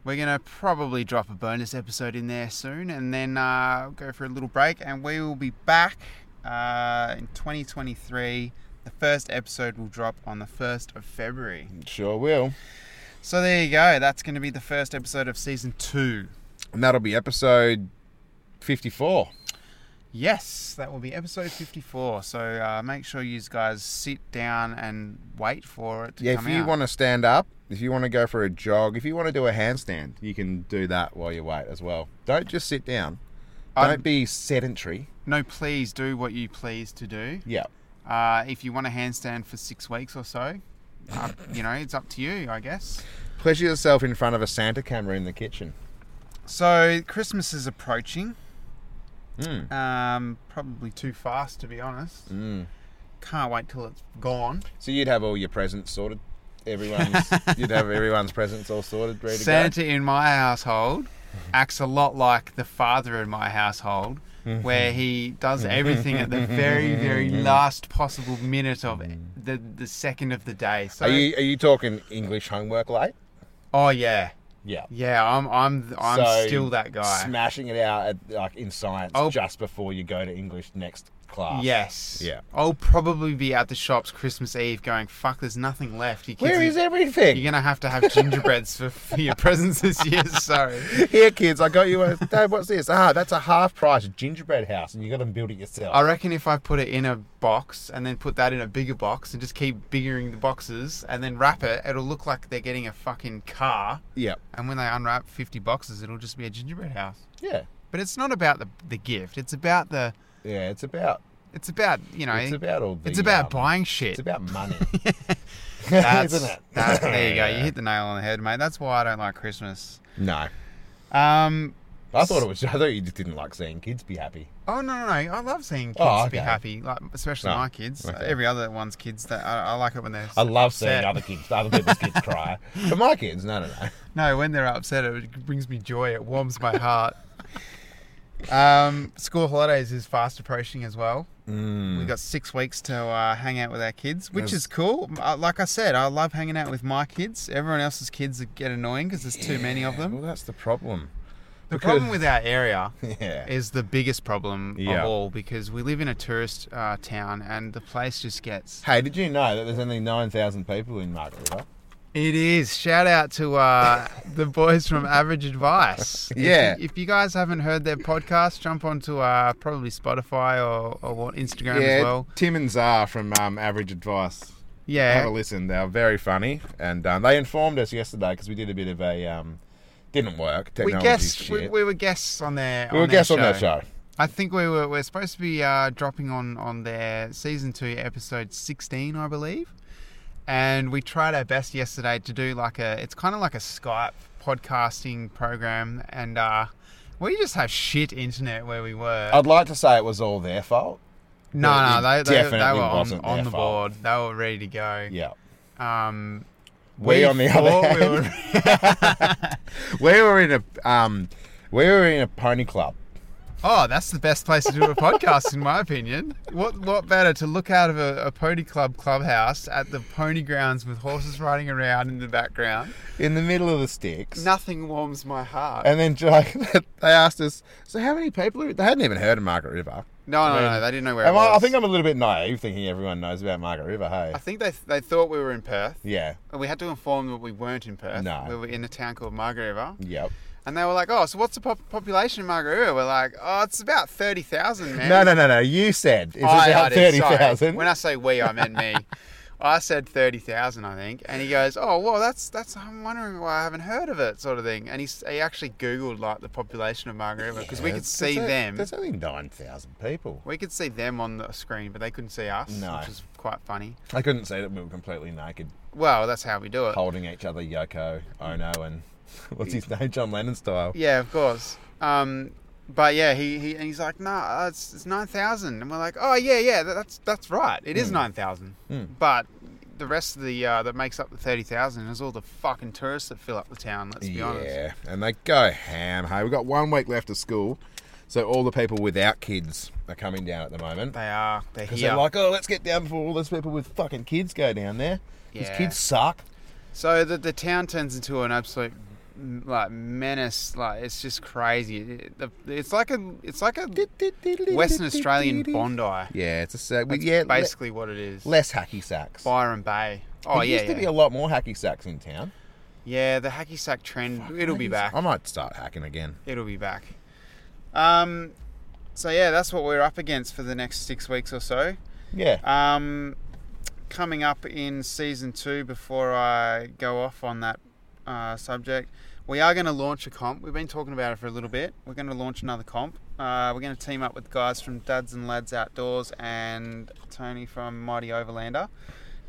We're gonna probably drop a bonus episode in there soon, and then uh, go for a little break, and we will be back uh, in 2023. The first episode will drop on the first of February. Sure will. So there you go. That's going to be the first episode of season two. And that'll be episode 54. Yes, that will be episode 54. So uh, make sure you guys sit down and wait for it to Yeah, come if you out. want to stand up, if you want to go for a jog, if you want to do a handstand, you can do that while you wait as well. Don't just sit down. I'm- Don't be sedentary. no, please do what you please to do. Yeah. Uh, if you want a handstand for six weeks or so, uh, you know, it's up to you, I guess. Pleasure yourself in front of a Santa camera in the kitchen. So Christmas is approaching. Mm. Um, probably too fast, to be honest. Mm. Can't wait till it's gone. So you'd have all your presents sorted. Everyone's you'd have everyone's presents all sorted, ready to go. Santa in my household acts a lot like the father in my household, Mm-hmm. where he does everything at the very, very last possible minute of the the second of the day. So, Mm-hmm. Are you are you talking English homework late? oh yeah, Yeah. yeah, I'm I'm I'm So, still that guy. Smashing it out at, like in science Oh. just before you go to English next class. Yes. Yeah. I'll probably be at the shops Christmas Eve going, fuck, there's nothing left. You kids, Where is everything? You're going to have to have gingerbreads for, for your presents this year. Sorry. Here, kids, I got you. A, Dad, what's this? Ah, that's a half price gingerbread house, and you got to build it yourself. I reckon if I put it in a box and then put that in a bigger box and just keep biggering the boxes and then wrap it, it'll look like they're getting a fucking car. yeah, And when they unwrap 50 boxes, it'll just be a gingerbread house. yeah, But it's not about the, the gift. It's about the. yeah. It's about It's about, you know. it's about all. The, it's about um, buying shit. It's about money, That's, isn't it? that- there you go. You hit the nail on the head, mate. That's why I don't like Christmas. No, Um. I thought it was. I thought you just didn't like seeing kids be happy. Oh no, no, no! I love seeing kids Oh, be okay. happy, like especially Oh, my kids. okay. Every other one's kids. That I, I like it when they're. I love seeing upset. other kids, other people's kids cry. But my kids, no, no, no. No, when they're upset, it brings me joy. It warms my heart. um, school holidays is fast approaching as well. Mm. We've got six weeks to uh, hang out with our kids, which is cool. Uh, Like I said, I love hanging out with my kids. Everyone else's kids get annoying because there's too many of Well, them. that's the problem. The problem with our area Yeah. is the biggest problem Yeah. of all because we live in a tourist uh, town and the place just gets. Hey, did you know that there's only nine thousand people in Margaret? It is. Shout out to uh, the boys from Average Advice. If you- Yeah. If you, guys haven't heard their podcast, jump onto uh, probably Spotify or, or what Instagram as well. Tim and Zar from um, Average Advice. Yeah. Have a listen. They are very funny, and um, they informed us yesterday because we did a bit of a um, didn't work we technology guessed. shit. We, we were guests on their. We were their guests on that show. I think we were we're supposed to be uh, dropping on on their season two episode sixteen, I believe. And we tried our best yesterday to do like a it's kind of like a Skype podcasting program, and uh, we just have shit internet where we were. I'd like to say it was all their fault. no, no, Oh, it they they, they were definitely on, wasn't on their the fault. board. They were ready to go. Yeah. Um, We, on the other thought hand, we we were- were, in a um, we were in a pony club. Oh, that's the best place to do a podcast, in my opinion. What what better to look out of a, a pony club clubhouse at the pony grounds with horses riding around in the background? in the middle of the sticks. Nothing warms my heart. And then like, they asked us, so how many people? Are, they hadn't even heard of Margaret River. no, no, I no, mean, they didn't know where it Am I, was. I think I'm a little bit naive thinking everyone knows about Margaret River. Hey, I think they they thought we were in Perth. yeah, And we had to inform them we weren't in Perth. No. Mm. We were in a town called Margareva. yep. And they were like, oh, so what's the pop- population of Margareva? We're like, oh, it's about 30,000, man. No, no, no, no. You said it's I- I about did, thirty sorry. thousand. When I say we, I meant me. I said thirty thousand, I think, and he goes, "Oh, well, that's that's. I'm wondering why I haven't heard of it, sort of thing." And he s- he actually googled like the population of Margarita because we could see them. There's only nine thousand people. We could see them on the screen, but they couldn't see us, No. which is quite funny. I couldn't say that we were completely naked, Well, that's how we do it. holding each other, Yoko Ono, and what's his name, John Lennon style. Yeah, of course. Um, but yeah, he, he and he's like, no, nah, uh, it's, it's nine thousand, and we're like, oh yeah, yeah, that, that's that's right, it Hmm. is nine thousand. But the rest of the uh, that makes up the thirty thousand is all the fucking tourists that fill up the town. Let's be honest. Yeah, and they go ham. Hey, we've got one week left of school, so all the people without kids are coming down at the moment. They are. They're Because here. they're like, oh, let's get down before all those people with fucking kids go down there. These Yeah. kids suck. so the the town turns into an absolute mm, like menace. Like it's just crazy. It- the- it's like a it's like a Western Australian Bondi. Yeah, it's a sa- we- That's yeah, le- basically what it is. less hacky sacks. Byron Bay. Oh there yeah, used to yeah. be a lot more hacky sacks in town. yeah. The hacky sack trend. it'll be Hacky- back. I might start hacking again. It'll be back. Um, so yeah, that's what we're up against for the next six weeks or so. Yeah, Um, coming up in season two, before I go off on that uh, subject, we are going to launch a comp. We've been talking about it for a little bit. We're going to launch another comp. Uh, we're going to team up with guys from Duds and Lads Outdoors and Tony from Mighty Overlander.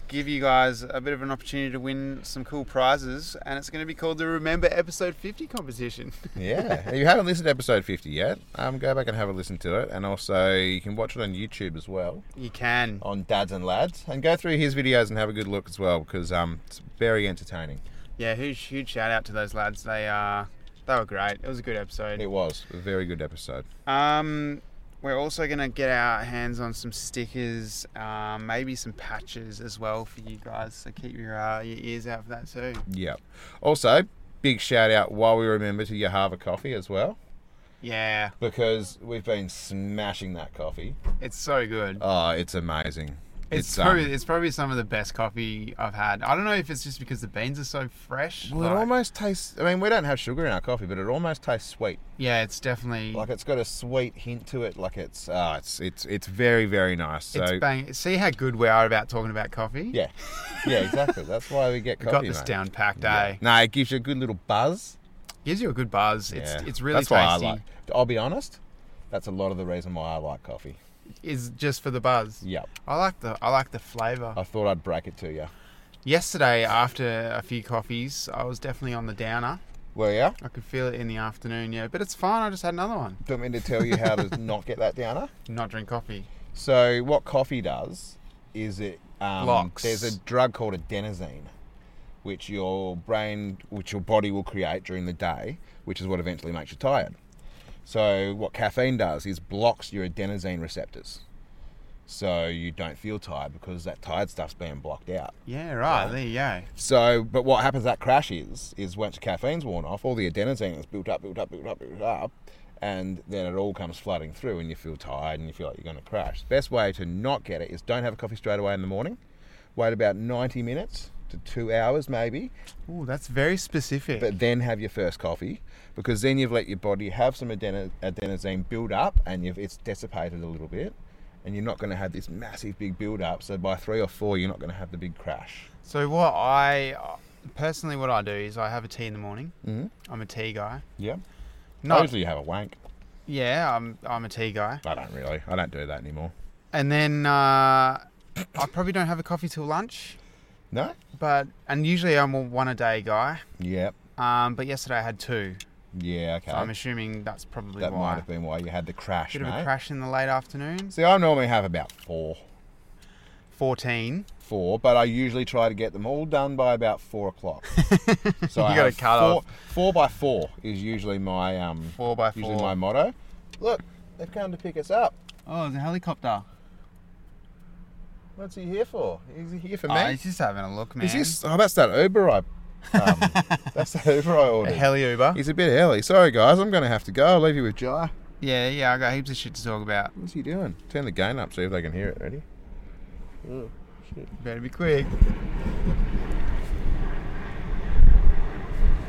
Give you guys a bit of an opportunity to win some cool prizes, and it's going to be called the Remember Episode 50 competition. yeah. if you haven't listened to episode 50 yet, um, go back and have a listen to it. And also, you can watch it on YouTube as well. You can. on dads and lads and go through his videos and have a good look as well because um, it's very entertaining. Yeah, huge huge shout out to those lads. They uh they were great. It was a good episode. It was a very good episode. Um we're also gonna get our hands on some stickers, um, maybe some patches as well for you guys. So keep your uh, your ears out for that too. Yep. Also, big shout out while we remember to Yahava Coffee as well Yeah, because we've been smashing that coffee. it's so good. Oh, it's amazing. It's, um, probably it's probably some of the best coffee I've had. I don't know if it's just because the beans are so fresh. well, it like- almost tastes. I mean, we don't have sugar in our coffee, but it almost tastes sweet. yeah, it's definitely Like it's got a sweet hint to it. Like it's, ah, it's, it's, it's very, very nice. So it's bang. See how good we are about talking about coffee. yeah, yeah, exactly. That's why we get we coffee. got this mate. down packed. Yeah. Eh? No, it gives you a good little buzz. Gives you a good buzz. It's Yeah. it's really that's tasty. why I like. I'll be honest. That's a lot of the reason why I like coffee. is just for the buzz. Yep. I like the I like the flavour. I thought I'd break it to you. Yesterday, after a few coffees, I was definitely on the downer. Well, yeah. I could feel it in the afternoon, yeah. But it's fine. I just had another one. Do you want me to tell you how to not get that downer? Not drink coffee. So, what coffee does is it um, Blocks. There's a drug called adenosine, which your brain, which your body will create during the day, which is what eventually makes you tired. So, what caffeine does is blocks your adenosine receptors, so you don't feel tired because that tired stuff's being blocked out. Yeah, right. There you go. So, but what happens that crash is, is once caffeine's worn off, all the adenosine is built up, built up, built up, built up, and then it all comes flooding through and you feel tired and you feel like you're going to crash. Best way to not get it is don't have a coffee straight away in the morning. Wait about 90 minutes to two hours maybe, Oh, that's very specific. but then have your first coffee because then you've let your body have some adeno- adenosine build up and you've, it's dissipated a little bit and you're not going to have this massive big build up. So by three or four, you're not going to have the big crash. So what I personally what I do is I have a tea in the morning. Mm-hmm. Oh, I'm a tea guy. Yeah. No, I usually have a wank. yeah, I'm I'm a tea guy. I don't really. I don't do that anymore. And then uh, I probably don't have a coffee till lunch, No. but and usually I'm a one a day guy. Yep. Um, but yesterday I had two, Yeah. Okay. so I'm assuming that's probably Oh. that might why. have been why you had the crash, Bit of mate. a crash in the late afternoon. See, I normally have about four, Fourteen. four, but I usually try to get them all done by about four o'clock. So You gotta have cut four, off. Four by four is usually my um, Four by four. usually my motto. Look, they've come to pick us up. Oh, it's a helicopter. What's he here for? Is he here for Oh, me? he's just having a look, man. Is this? Oh, that's that Uber I. Um, that's that Uber I a ordered. heli Uber? He's a bit early. Sorry, guys. I'm going to have to go. I'll leave you with Jai. Yeah, yeah. I got heaps of shit to talk about. What's he doing? Turn the gain up. See if they can hear it. Ready? Better be quick.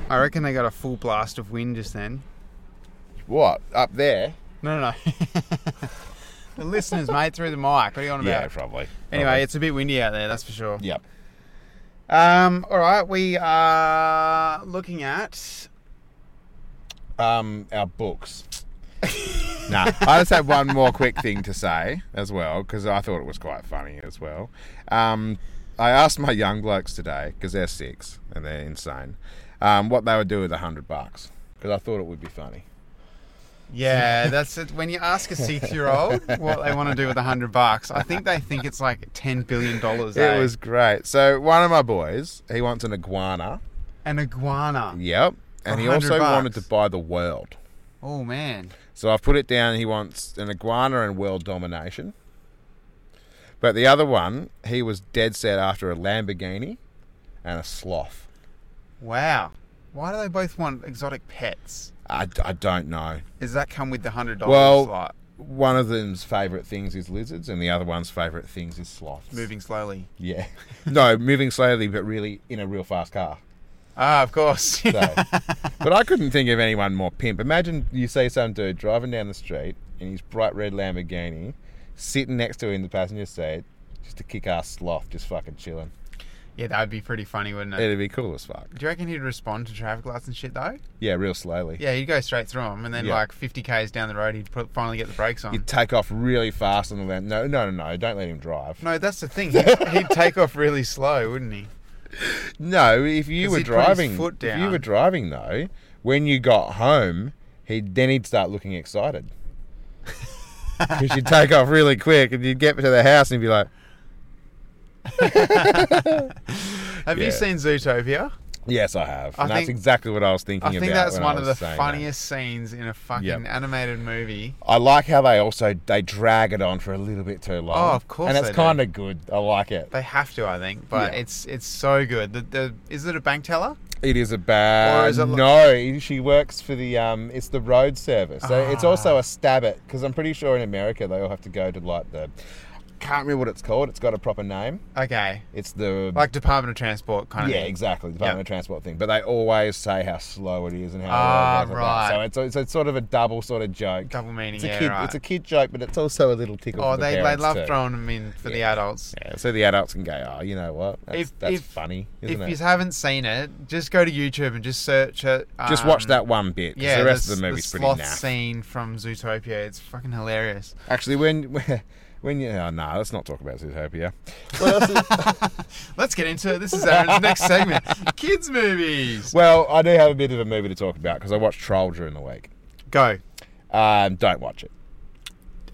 I reckon they got a full blast of wind just then. What up there? No, no, no. the listeners, mate, through the mic. What are you on about? probably. Anyway, it's a bit windy out there, that's for sure. Yep. Um, all right, we are looking at. um, our books. nah, I just had one more quick thing to say as well because I thought it was quite funny as well. Um, I asked my young blokes today because they're six and they're insane, um, what they would do with a hundred bucks because I thought it would be funny. Yeah, that's it. When you ask a six-year-old what they want to do with a hundred bucks, I think they think it's like ten billion dollars. eh? It was great. So one of my boys, he wants an iguana. an iguana. Yep, and he 100 also wanted to bucks. buy the world. Oh man, So I've put it down. He wants an iguana and world domination. But the other one, he was dead set after a Lamborghini and a sloth. wow. Why do they both want exotic pets? I, I don't know. Does that come with the hundred dollars? Well- like One of them's favourite things is lizards, and the other one's favourite things is sloths. moving slowly. Yeah. no, moving slowly, but really in a real fast car. Ah, of course. So, but I couldn't think of anyone more pimp. Imagine you see some dude driving down the street in his bright red Lamborghini, sitting next to him in the passenger seat, just a kick-ass sloth, just fucking chilling. yeah, that would be pretty funny, wouldn't it? It'd be cool as fuck. Do you reckon he'd respond to traffic lights and shit though? Yeah, real slowly. Yeah, he'd go straight through them, and then Yeah. like 50 k's down the road, he'd pro- finally get the brakes on. You'd take off really fast on the land. No, no, no, no. Don't let him drive. no, that's the thing. He'd, he'd take off really slow, wouldn't he? No, if you 'Cause were he'd put his driving, foot if you down. were driving though, when you got home, he would then he'd start looking excited because you'd take off really quick and you'd get to the house and he'd be like, Have Yeah. you seen Zootopia? "Yes, I have." I and that's think- exactly what I was thinking I think about. that's when one I of the was saying that. funniest scenes in a fucking Yep. animated movie. I like how they also they drag it on for a little bit too long. Oh, of course and it's they do. kind of good. I like it. They have to, I think, but Yeah. it's it's so good. The, the is it a bank teller? It is a bad. Or is it li- no, she works for the um. It's the road service, so it's Ah. also a stab at because I'm pretty sure in America they all have to go to like the. Can't remember what it's called. It's got a proper name. Okay, It's the like Department of Transport kind yeah, of. thing. exactly Department of Yep. Transport thing. But they always say how slow it is and how. Ah, it is and blah, blah, blah. right. So it's, it's a sort of a double sort of joke. Double meaning. It's a yeah, kid. right. It's a kid joke, but it's also a little tickle. oh, for the they they parents love too. throwing them in for the adults. Yeah, so the adults can go. Oh, you know what? That's, If- that's if- funny, If isn't you it? haven't seen it, just go to YouTube and just search it. Just um, watch that one bit. 'cause Yeah, the rest of s- the movie's pretty sloth naff. scene from Zootopia. It's fucking hilarious. Actually, when when you oh, nah, let's not talk about Zootopia. What else is- Let's get into it. This is Aaron's next segment. Kids movies. well, I do have a bit of a movie to talk about because I watched Troll during the week. Go. Um, don't watch it.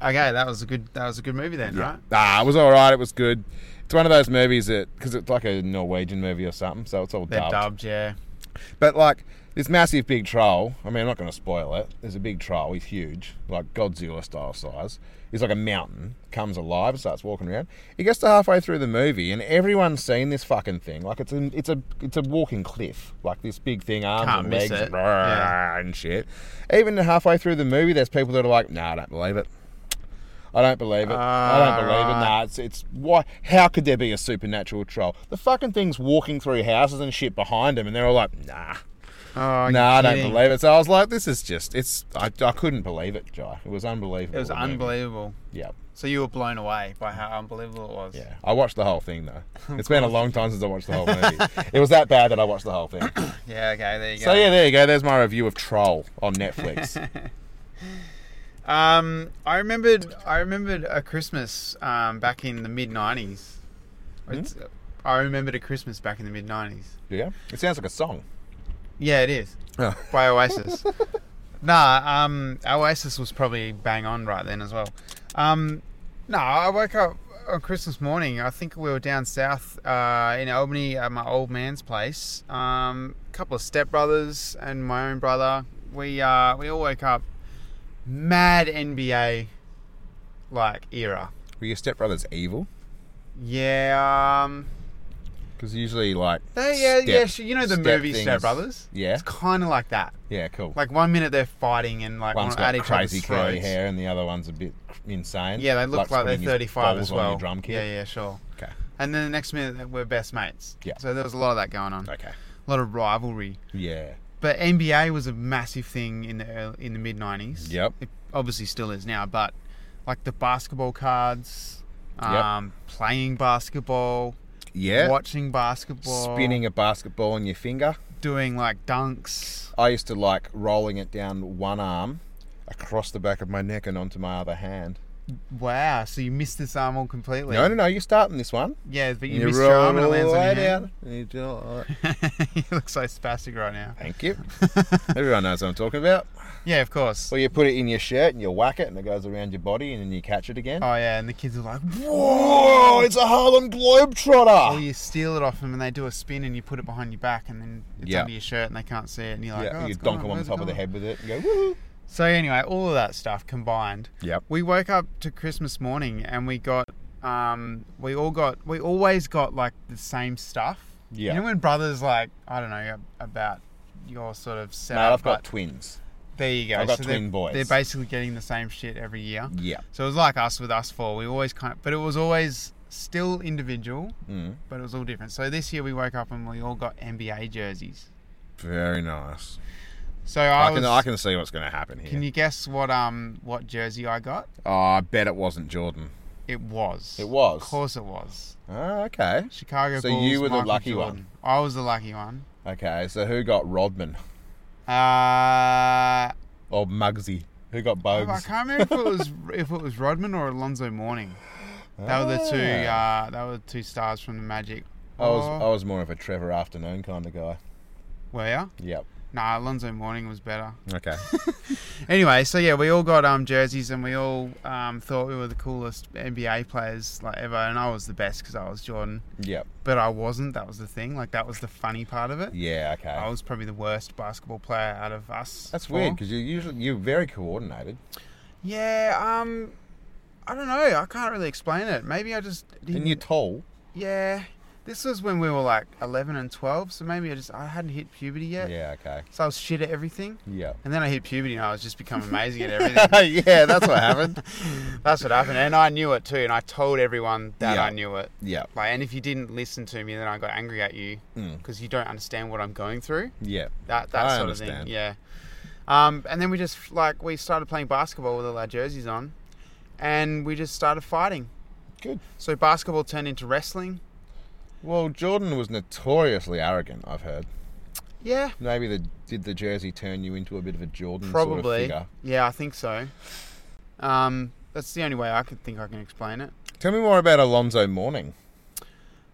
Okay, that was a good. That was a good movie then, right? Ah, it was all right. It was good. It's one of those movies that because it's like a Norwegian movie or something, so it's all They're dubbed. dubbed, yeah. But like this massive big troll. I mean, I'm not going to spoil it. There's a big troll. He's huge, like Godzilla style size. He's like a mountain. Comes alive and starts walking around. He gets to halfway through the movie, and everyone's seen this fucking thing. Like it's a it's a it's a walking cliff. Like this big thing, arms Can't and miss legs it. rah, and shit. Even halfway through the movie, there's people that are like, "Nah, I don't believe it." I don't believe it. I Ah, don't believe it. right. Nah, it's it's why? How could there be a supernatural troll? The fucking thing's walking through houses and shit behind him, and they're all like, "Nah, Oh, No, I don't believe it. So I was like, this is just, it's, I, I couldn't believe it, Jai. It was unbelievable. It was the movie. unbelievable. Yeah, So you were blown away by how unbelievable it was. yeah. I watched the whole thing, though. It's been a long time since I watched the whole movie. it was that bad that I watched the whole thing. Yeah, okay, there you go. so, yeah, there you go. There's my review of Troll on Netflix. Um, I remembered. I remembered a Christmas um, back in the mid '90s. Hmm? It's, I remembered a Christmas back in the mid '90s. yeah. It sounds like a song. Yeah, it is Oh. by Oasis. nah, um, Oasis was probably bang on right then as well. Um, no, I woke up on Christmas morning. I think we were down south uh, in Albany at my old man's place. A um, couple of stepbrothers and my own brother. We uh, we all woke up mad NBA like era. Were your stepbrothers evil? Yeah, um, Because usually, like, they, yeah, step- yeah. sure, You know the step movie things- Step Brothers. Yeah. it's kind of like that. Yeah, cool. Like one minute they're fighting and like One's want to at got each crazy other's curly throats. hair, and the other one's a bit cr- insane. Yeah, they look like, squirting they're his 35 balls as on your well. drum kit. Yeah, yeah, sure. Okay. And then the next minute we're best mates. Yeah. So there was a lot of that going on. Okay. A lot of rivalry. Yeah. But NBA was a massive thing in the early, in the mid 90s. Yep. It obviously still is now, but like the basketball cards, Yep. um, playing basketball, Yeah. watching basketball, Spinning a basketball on your finger. doing like dunks. I used to like rolling it down one arm across the back of my neck and onto my other hand. Wow, so you missed this arm all completely. No, no, no, you start in this one. Yeah, but you, and missed your arm and it lands on your right hand. out, and you do it like that. you look so spastic right now. Thank you. Everyone knows what I'm talking about. Yeah, of course. Well, you put it in your shirt and you whack it and it goes around your body and then you catch it again. Oh yeah, and the kids are like, Whoa, it's a Harlem Globetrotter. or you steal it off them and they do a spin and you put it behind your back and then it's Yeah. under your shirt and they can't see it and you're like, yeah, oh, you it's donk gone, them on the where's it top of the gone?" head with it and go woo. So anyway, all of that stuff combined, Yep. we woke up to Christmas morning and we got, um, we all got, we always got like the same stuff. Yeah. You know when brothers like, I don't know about your sort of Mate, setup. I've got but twins. there you go. I've got So they're- twin boys. They're basically getting the same shit every year. Yeah. So it was like us with us four. We always kind of, but it was always still individual, Mm. but it was all different. So this year we woke up and we all got NBA jerseys. Very nice. So I, I was. can I can see what's going to happen here. Can you guess what um what jersey I got? Oh, I bet it wasn't Jordan. It was. It was. Of course it was. Oh, okay. Chicago So Bulls. you were the Michael lucky Jordan. I was the lucky one. Okay, so who got Rodman Uh, or Muggsy? Who got Oh, I Bogues? can't remember if it was if it was Rodman or Alonzo Mourning. Ah. They were the two. Uh, they were the two stars from the Magic. I was Or- I was more of a Trevor Afternoon kind of guy. were ya? Yep. Nah, Alonzo Mourning was better. Okay. Anyway, so yeah, we all got um, jerseys and we all um, thought we were the coolest NBA players like ever, and I was the best because I was Jordan, yep. but I wasn't. That was the thing. Like that was the funny part of it. Yeah. Okay. I was probably the worst basketball player out of us. That's four. weird because you usually you're very coordinated. Yeah, um, I don't know. I can't really explain it. Maybe I just didn't. And you're tall. yeah, this was when we were like eleven and twelve, so maybe I just I hadn't hit puberty yet, Yeah. Okay. so I was shit at everything. Yeah. And then I hit puberty and I was just become amazing at everything. yeah, that's what happened. That's what happened, and I knew it too. And I told everyone that Yeah. I knew it. Yeah. Like, and if you didn't listen to me, then I got angry at you Mm. because you don't understand what I'm going through. Yeah. That that I sort of understand. thing. Yeah. Um, and then we just like we started playing basketball with all our jerseys on, and we just started fighting. Good. So basketball turned into wrestling. Well, Jordan was notoriously arrogant. I've heard. Yeah, Maybe the did the jersey turn you into a bit of a Jordan sort of probably. figure? yeah, I think so. Um, that's the only way I could think I can explain it. Tell me more about Alonzo Mourning.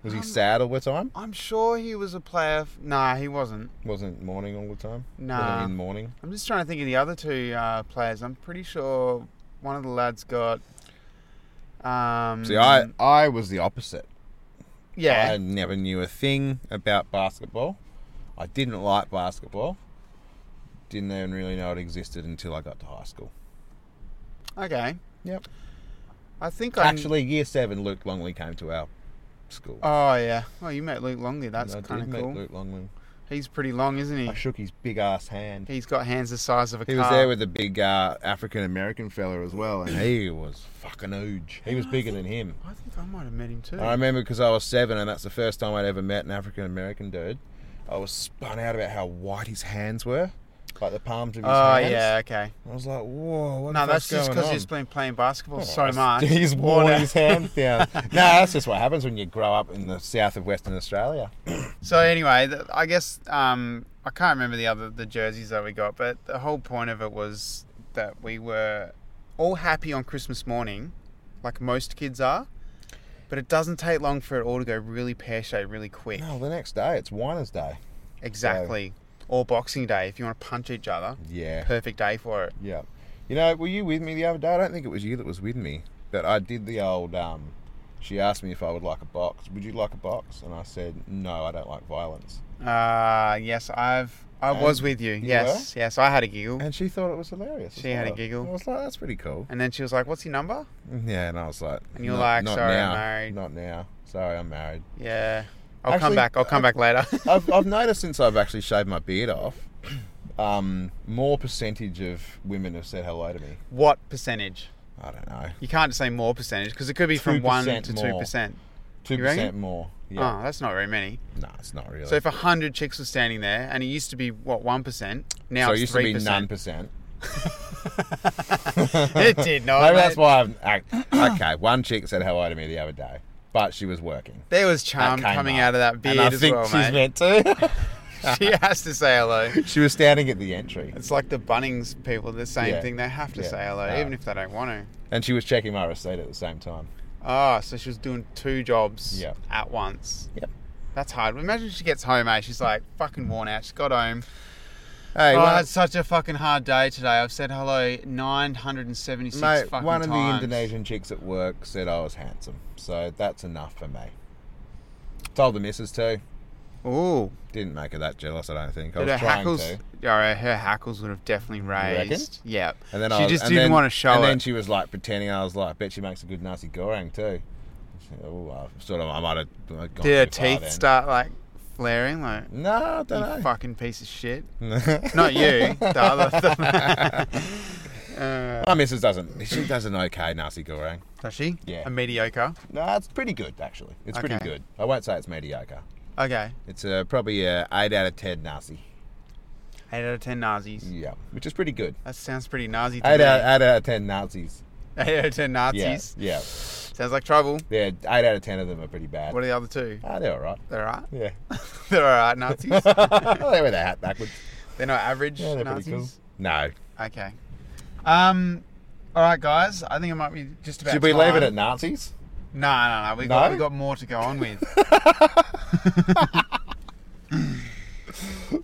Was he Um, sad all the time? I'm sure he was a player. F- nah, he wasn't. Wasn't mourning all the time? Nah. Wasn't in mourning? I'm just trying to think of the other two uh, players. I'm pretty sure one of the lads got. Um, See, I, I was the opposite. I yeah, never knew a thing about basketball. I didn't like basketball. Didn't even really know it existed until I got to high school. okay. Yep. I think I Actually, year seven, Luke Longley came to our school. Oh yeah. Oh, you met Luke Longley. That's And I kind did of meet cool. Luke Longley. He's pretty long, isn't he? I shook his big ass hand. He's got hands the size of a He car. was there with the big uh, African American fella as well, and he was fucking huge. He was bigger than him. I think I might have met him too. I remember because I was seven, and that's the first time I'd ever met an African American dude. I I was spun out about how white his hands were, like the palms of his Oh hands. yeah, okay. I was like, whoa, what No, the fuck's that's just going because on? he's been playing basketball Oh, so much. He's worn Water. his hands down. no, that's just what happens when you grow up in the south of Western Australia. So anyway, th- I guess um, I can't remember the other the jerseys that we got, but the whole point of it was that we were all happy on Christmas morning, like most kids are. But it doesn't take long for it all to go really pear shaped really quick. No, the next day it's Winers Day. Exactly. Or Boxing Day, if you want to punch each other, Yeah, perfect day for it. yeah. You know, were you with me the other day? I don't think it was you that was with me, but I did the old. Um, she asked me if I would like a box. Would you like a box? And I said, no, I don't like violence. Uh, yes, I've I was And with you. you yes, yes, I had a giggle, And she thought it was hilarious. as She had a well. giggle. I was like, that's pretty cool. and then she was like, "What's your number?" Yeah, and I was like, And you're "Not- like, not "Sorry, I'm now. married." Not now. Sorry, I'm married. Yeah, I'll come Actually, uh, back. I'll come back later. I've, I've noticed since I've actually shaved my beard off, um, more percentage of women have said hello to me. what percentage? I don't know, You can't say more percentage because it could be from one 2% to two more. percent. two percent reckon? more. Yeah, Oh, that's not very many. no, it's not really. So if hundred chicks were standing there, and it used to be what one percent, now So it it's used to three be none percent. percent. It did not. Maybe that's Oh, mate. why I've act- okay. One chick said hello to me the other day, but she was working. There was charm That came coming up. out of that beard and I as think well, she's mate. meant to. she has to say hello. she was standing at the entry, It's like the Bunnings people, the same Yeah. thing. They have to Yeah. say hello, Ah. even if they don't want to. and she was checking my receipt at the same time. Ah, so she was doing two jobs Yeah. at once. Yep. That's hard. Imagine she gets home, eh? She's like fucking worn out. She's got home. Hey, oh, one- I had such a fucking hard day today. I've said hello 976 Mate, fucking one of the times. Indonesian chicks at work said I was handsome, so that's enough for me. Told the missus too. Ooh. Didn't make her that jealous, I don't think. I But was her trying hackles, to. yeah, her hackles would have definitely reckon? raised. Yep. And then she I was, just and didn't then- want to show And it. then she was like pretending. I was like, bet she makes a good nasi goreng too. She- Oh, I sort of. I might have gone Did her too far teeth then. start like flaring? Like, No, I you don't know. fucking piece of shit. Not you. The other. uh, My missus doesn't. She does an okay nasi goreng. does she? Yeah. A mediocre. No, it's pretty good actually. It's pretty Okay. good. I won't say it's mediocre. Okay. It's uh, probably a eight out of ten nasi. Eight out of ten Nazis. Yeah, which is pretty good. That sounds pretty Nazi. To Eight me. out, eight out of ten Nazis. Eight out of ten Yeah, Nazis. yeah. Sounds like trouble. Yeah, eight out of ten of them are pretty bad. What are the other two? Ah, they're all right. They're alright. Yeah. They're alright Nazis. they wear their hat backwards. They're not average Yeah, they're Nazis. pretty cool. No. Okay. Um. All right, guys. I think it might be just about. Should we time. leave it at Nazis? No, no, no. We got No? we got more to go on with.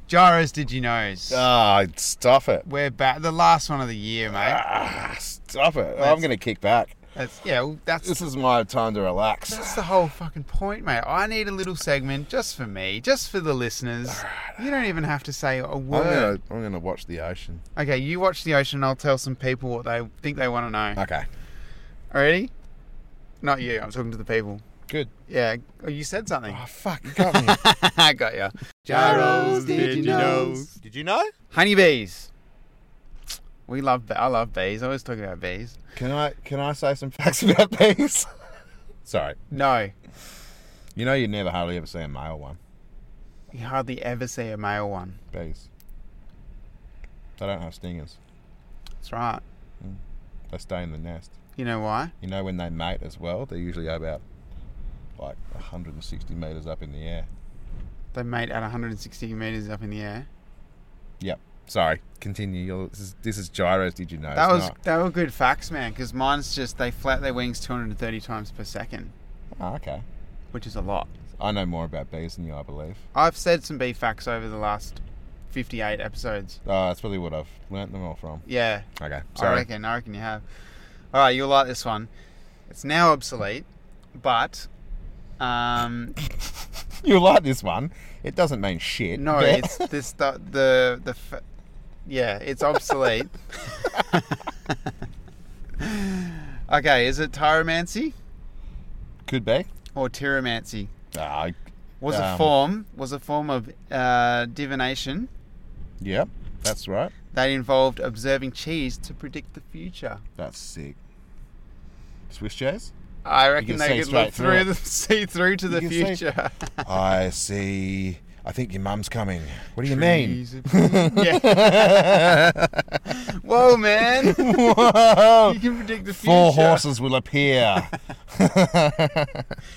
Gyros, did you knows? Ah, stuff it. We're back. The last one of the year, mate. Ah, stuff it. I'm going to kick back. That's yeah. Well, that's This is my time to relax. That's the whole fucking point, mate. I need a little segment just for me, just for the listeners. You don't even have to say a I'm word. going to I'm gonna watch the ocean. Okay, you watch the ocean. I'll tell some people what they think they want to know. Okay. Ready? Not you. I'm talking to the people. Good. Yeah, oh, you said something. Oh, fuck. You got me. I got ya. Gyros, did you know? Did you know? Honeybees. We love. Be- I love bees. I always talk about bees. Can I can I say some facts about these? Sorry. No, You know you never hardly ever see a male one. you hardly ever see a male one. Bees. They don't have stingers. That's right. They stay in the nest. You know why? You know when they mate as well, they usually go about like 160 meters up in the air. They mate at 160 meters up in the air. Yep. Sorry. Continue. You're, this is this is gyros. Did you know? That It's was not- they were good facts, man. Because mine's just they flap their wings 230 times per second, Oh, okay. which is a lot. I know more about bees than you, I believe. I've said some bee facts over the last 58 episodes. Uh, that's probably what I've learnt them all from. Yeah, Okay. Sorry. I reckon. I reckon you have. All right, you'll like this one. It's now obsolete, but um, You like this one? It doesn't mean shit. no, but- it's this the the, the f- yeah, it's obsolete. okay, is it tyromancy could be. or tyromancy? Ah, was a Um, form was a form of uh, divination yep. That's right. that involved observing cheese to predict the future. That's sick. Swiss cheese. I can reckon see they could straight look through through, the, see through to the can see- future. I see. I think your mum's coming. What do you Trees of green- yeah. Whoa, man. mean? Whoa! You can predict the future. Four horses will appear.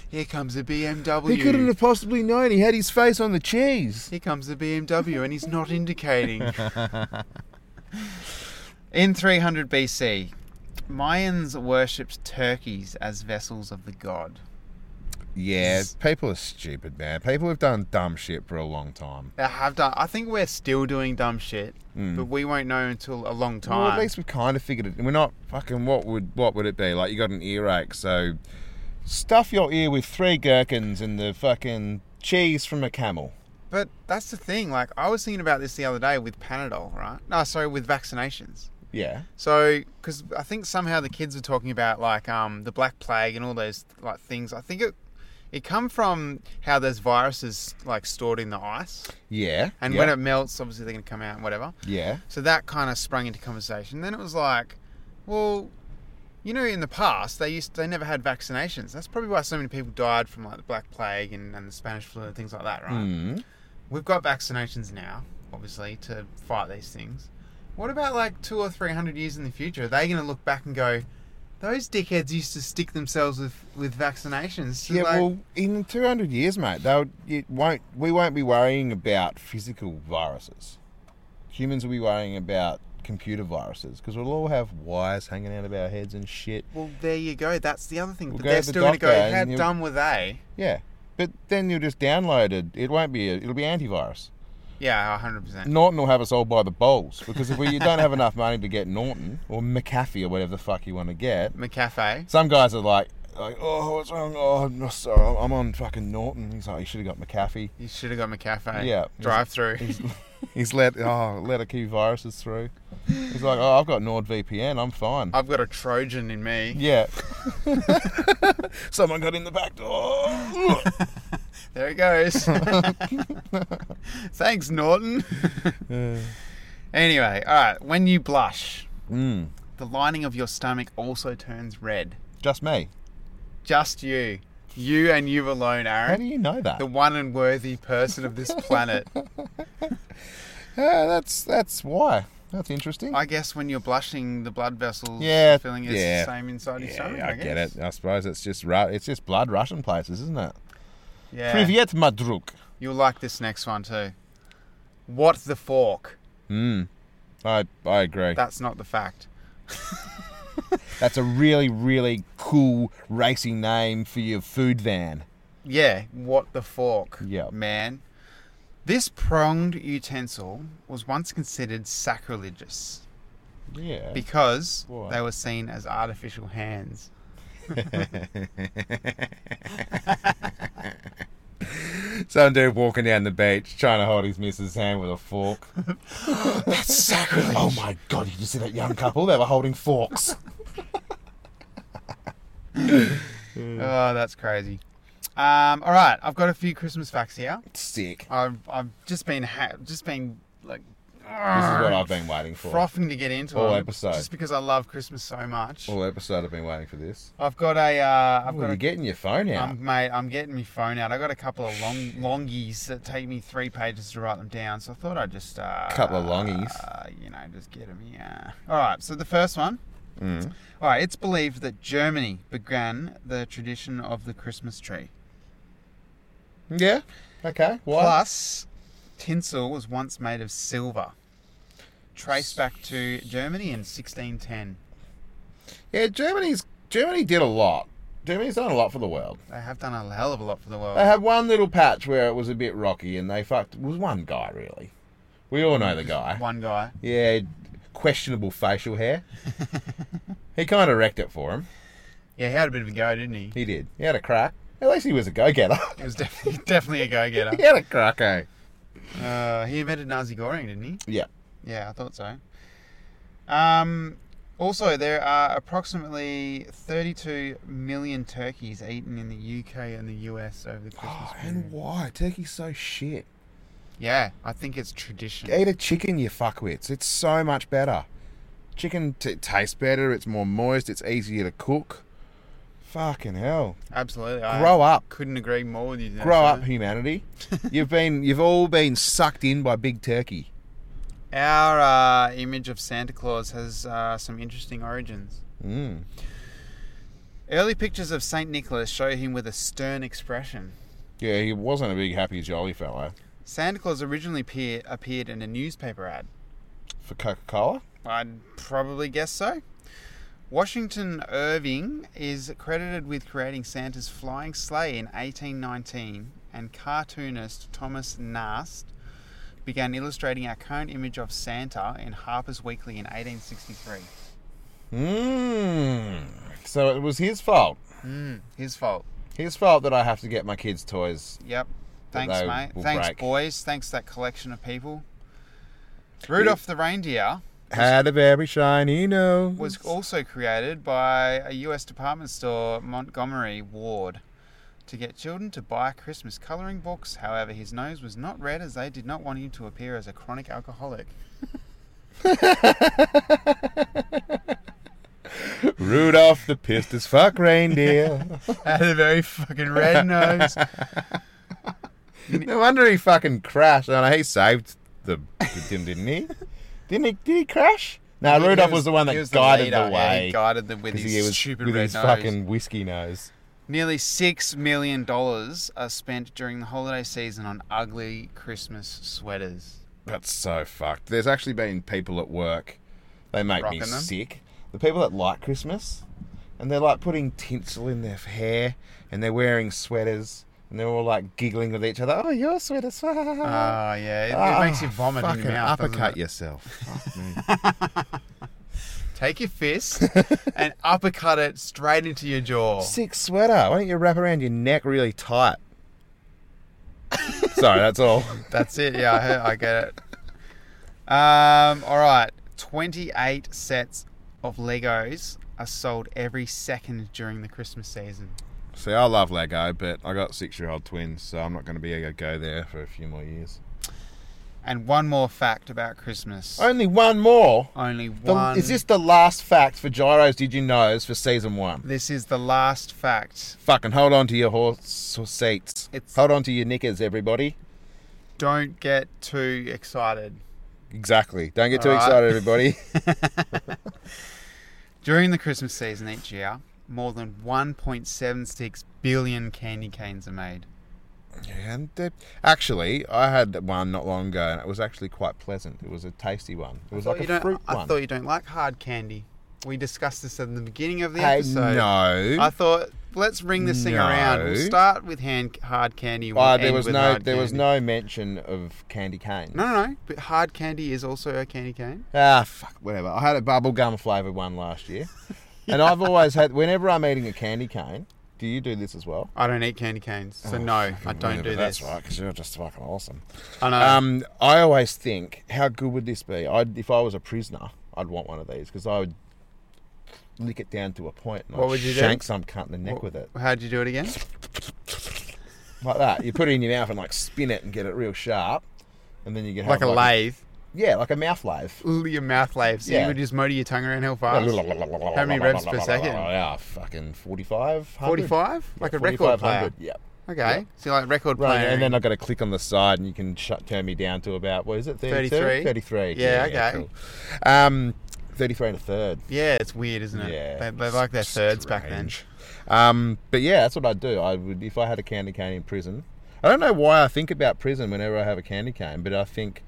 Here comes a BMW. he couldn't have possibly known. He had his face on the cheese. Here comes the BMW, and he's not indicating. In 300 BC, Mayans worshipped turkeys as vessels of the god. Yeah, people are stupid, man. People have done dumb shit for a long time. I have done. I think we're still doing dumb shit, Mm. but we won't know until a long time. Well, at least we've kind of figured it. We're not fucking. What would what would it be like? You got an earache, so stuff your ear with three gherkins and the fucking cheese from a camel. but that's the thing. Like I was thinking about this the other day with Panadol, right? No, sorry, with vaccinations. Yeah. So, because I think somehow the kids were talking about like um, the Black Plague and all those like things. I think it it come from how those viruses like stored in the ice, Yeah. and yeah, when it melts, obviously they're gonna come out and whatever. yeah. So that kind of sprung into conversation. Then it was like, well, you know, in the past they used they never had vaccinations. That's probably why so many people died from like the Black Plague and, and the Spanish flu and things like that, right? Mm. We've got vaccinations now, obviously, to fight these things. What about like two or three hundred years in the future? Are they going to look back and go, those dickheads used to stick themselves with, with vaccinations? to, Yeah. like-" well, in two hundred years, mate, they'll it won't we won't be worrying about physical viruses. Humans will be worrying about computer viruses because we'll all have wires hanging out of our heads and shit. Well, there you go. That's the other thing. We'll but go they're to the still going to doctor go, and how you- dumb were they? Yeah. But then you'll just download it. It won't be. A, it'll be antivirus. Yeah, 100%. Norton will have us all by the bowls because if we don't have enough money to get Norton or McAfee or whatever the fuck you want to get, McCafe. some guys are like, like, oh, what's wrong? Oh, I'm not sorry. I'm on fucking Norton. He's like, you should have got McAfee. You should have got McCafe. Yeah. Drive through. He's, he's let oh let a few viruses through. He's like, oh, I've got NordVPN. I'm fine. I've got a Trojan in me. yeah. Someone got in the back door. There it goes. Thanks, Norton. anyway, all right. When you blush, mm, the lining of your stomach also turns red. just me. Just you. You and you alone, How do Aaron. you know that? The one and worthy person of this planet. Yeah, Uh, that's that's why. That's interesting. I guess when you're blushing, the blood vessels Yeah, feeling is yeah. the same inside your stomach. yeah, I, get guess. it. I suppose it's just Ru- it's just blood Russian places, isn't it? Yeah. Privyet, madruk. You'll like this next one too. What the fork? Mm. I I agree. That's not the fact. That's a really really cool racing name for your food van. Yeah, what the fork, Yep. man. This pronged utensil was once considered sacrilegious Yeah. because Why? they were seen as artificial hands. Some dude walking down the beach trying to hold his missus' hand with a fork. That's sacrilege. Oh my god! Did you see that young couple? They were holding forks. Oh, that's crazy. Um, all right, I've got a few Christmas facts here. Sick. I've I've just been ha- just been like This is what I've been waiting for. frothing to get into All them, episode. just because I love Christmas so much. All episode I've been waiting for this. I've got a uh, I've Well, got you're a getting your phone out. Um, mate, I'm getting my phone out. I got a couple of long longies that take me three pages to write them down, so I thought I'd just uh, Couple of longies. uh, you know, just get them. Yeah. All right. So the first one. Mm. All right. It's believed that Germany began the tradition of the Christmas tree. Yeah. Okay. Why? Plus, tinsel was once made of silver, traced back to Germany in 1610. Yeah, Germany's Germany did a lot. Germany's done a lot for the world. They have done a hell of a lot for the world. They had one little patch where it was a bit rocky, and they fucked. It was one guy really. We all know the guy. One guy. Yeah, questionable facial hair. he kind of wrecked it for him. Yeah, he had a bit of a go, didn't he? He did. He had a crack. At least he was a go-getter. He was definitely, definitely a go-getter. he had a crack, eh? Uh, he invented Nazi goring, didn't he? Yeah. Yeah, I thought so. Um, also, there are approximately 32 million turkeys eaten in the UK and the US over the Christmas period. Oh, why? Turkey's so shit. yeah, I think it's tradition. Eat a chicken, you fuckwits. It's so much better. Chicken t- tastes better. It's more moist. It's easier to cook. Fucking hell. Absolutely. I Grow up. Couldn't agree more with you. Nessa. Grow up, humanity. you've been, you've all been sucked in by Big Turkey. Our uh, image of Santa Claus has uh, some interesting origins. Mm. Early pictures of St. Nicholas show him with a stern expression. Yeah, he wasn't a big happy jolly fellow. Santa Claus originally appear, appeared in a newspaper ad. For Coca Cola? I'd probably guess so. Washington Irving is credited with creating Santa's flying sleigh in 1819, and cartoonist Thomas Nast began illustrating our current image of Santa in Harper's Weekly in 1863. Mm. So it was his fault. Mm, his fault. His fault that I have to get my kids toys. Yep. That Thanks, they mate. will Thanks, break. boys. Thanks, that collection of people. Rudolph the Reindeer Had a very shiny nose. was also created by a US department store, Montgomery Ward, to get children to buy Christmas colouring books. However, his nose was not red as they did not want him to appear as a chronic alcoholic. Rudolph the pissed as fuck reindeer. Had a very fucking red nose. no wonder he fucking crashed. Oh, no, he saved the, the dim, didn't he? Didn't he? Did he crash? No, He Rudolph was, was- the one he that was guided leader, the yeah, way he guided them with 'cause his he was stupid with red his nose. fucking whiskey nose. Nearly six million dollars are spent during the holiday season on ugly Christmas sweaters. That's so fucked. There's actually been people at work. They make Rocking me them? sick. The people that like Christmas, and they're like putting tinsel in their hair, and they're wearing sweaters, and they're all like giggling with each other. Oh, your sweater's Ah, yeah, it, it Oh. Ah, makes you vomit in fucking your mouth. doesn't Uppercut it? yourself. Fuck me. Take your fist and uppercut it straight into your jaw. Sick sweater. Why don't you wrap around your neck really tight? Sorry, that's all. That's it. Yeah, I, heard, I get it. Um, all right. 28 sets of Legos are sold every second during the Christmas season. See, I love Lego, but I got six-year-old twins, so I'm not going to be able to go there for a few more years. And one more fact about Christmas. Only one more. Only The- one. Oh, Is this the last fact for Gyros Did You Knows for season one? This is the last fact. Fucking hold on to your horse seats. It's- Hold on to your knickers, everybody. Don't get too excited. Exactly. Don't get too All right. excited, everybody. During the Christmas season each year, more than 1.76 billion candy canes are made. and uh, actually, I had one not long ago, and it was actually quite pleasant. It was a tasty one. It was Thought like you a don't- fruit I one. thought you don't like hard candy. We discussed this at the beginning of the I episode. know. I thought let's ring this thing around. We'll No. start with hand hard candy. and We'll Oh, there end was with no, there hard was candy. no mention of candy cane. No, no, no. But hard candy is also a candy cane. Ah, fuck, whatever. I had a bubblegum flavoured one last year. And I've always had, whenever I'm eating a candy cane, do you do this as well? I don't eat candy canes, so no, I don't do Oh, That's this. uh, right, because you're just fucking awesome. I know. Um, I always think, how good would this be? I'd, if I was a prisoner, I'd want one of these because I would lick it down to a point and What I'd would you do? shank some cunt in the neck with it How'd you do it again? like that. You put it in your mouth and like spin it and get it real sharp, and then you get Like a lathe. yeah, like a mouth lathe. Ooh, Your mouth lathe. So you Yeah. would just motor your tongue around how fast? How many revs per second? Yeah, fucking 45. 45? Like a record player. Yeah. Okay. So like record player. Right, and then I've got to click on the side and you can shut, turn me down to about, what is it, 32? 33? 33. Yeah, okay. cool. Um, 33 and a third. yeah, it's weird, isn't it? Yeah. They, they like their thirds back then. Strange. Um, but yeah, that's what I'd do. I would, if I had a candy cane in prison. I don't know why I think about prison whenever I have a candy cane, but I think,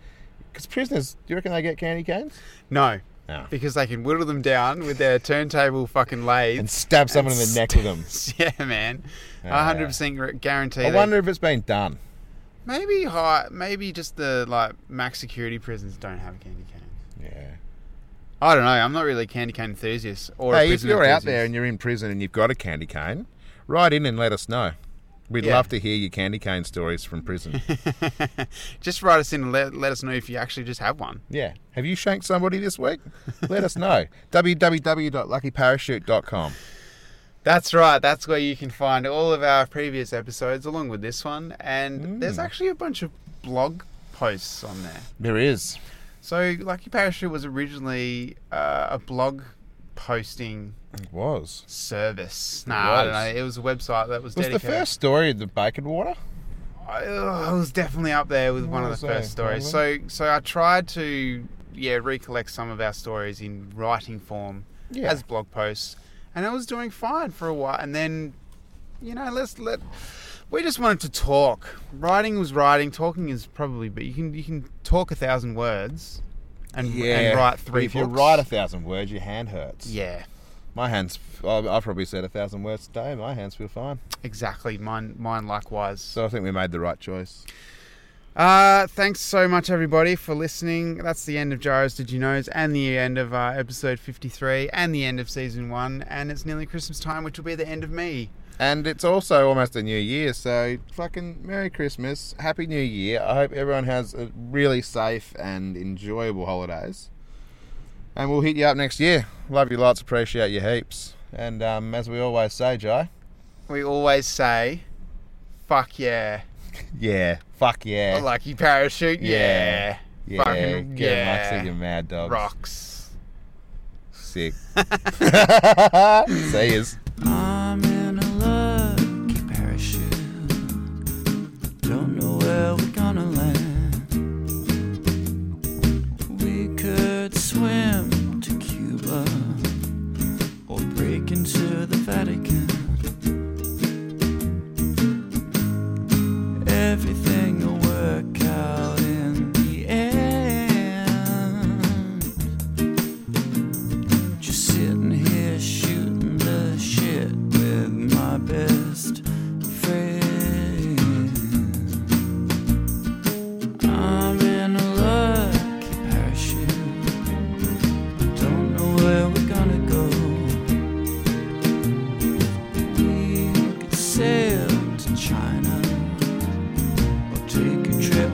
because prisoners, do you reckon they get candy canes? No. No. Because they can whittle them down with their turntable fucking lathe. And stab someone in the neck with them. yeah, man. Yeah. I 100% gu- guarantee I that- wonder if it's been done. Maybe high, maybe just the like max security prisons don't have candy canes. Yeah. I don't know. I'm not really a candy cane enthusiast. Or a Hey, if prison you're out enthusiast. there and you're in prison and you've got a candy cane, write in and let us know. We'd Yeah. love to hear your candy cane stories from prison. just write us in and let, let us know if you actually just have one. yeah. Have you shanked somebody this week? Let us know. www.luckyparachute.com. That's right. That's where you can find all of our previous episodes along with this one. And there's actually a bunch of blog posts on there. There is. So Lucky Parachute was originally uh, a blog posting It was. service. Nah, I don't was. know. It was a website that was, Was the dedicated. first story the bacon water? I, ugh, it was definitely up there with one of the What was first that? stories. So, so I tried to yeah recollect some of our stories in writing form Yeah. as blog posts, and I was doing fine for a while. And then, you know, let's let we just wanted to talk. Writing was writing. Talking is probably, but you can you can talk a thousand words, and, and write But three. If you books. write a thousand words, your hand hurts. yeah, My hands. I I probably said a thousand words today. My hands feel fine. exactly. Mine mine likewise. So I think we made the right choice. Uh, thanks so much, everybody, for listening. That's the end of Gyros Did You Knows and the end of uh, episode 53 and the end of season one. And it's nearly Christmas time, which will be the end of me. And it's also almost a new year, so fucking Merry Christmas, Happy New Year. I hope everyone has a really safe and enjoyable holidays. And we'll hit you up next year. Love you lots, appreciate you heaps. And um, as we always say, Jai, We always say, fuck yeah. yeah, fuck yeah. A lucky parachute, Yeah. yeah. yeah, fucking get yeah. amongst it, you mad dogs. Rocks. Sick. See yous. I'm in a lucky parachute. Don't know where we're gonna land. We could swim to Cuba or break into the Vatican. Everything will work out in the end. Just sitting here shooting the shit with my best friend. I'm in a lucky parachute. Don't know where we're gonna go. We could sail to China or take a trip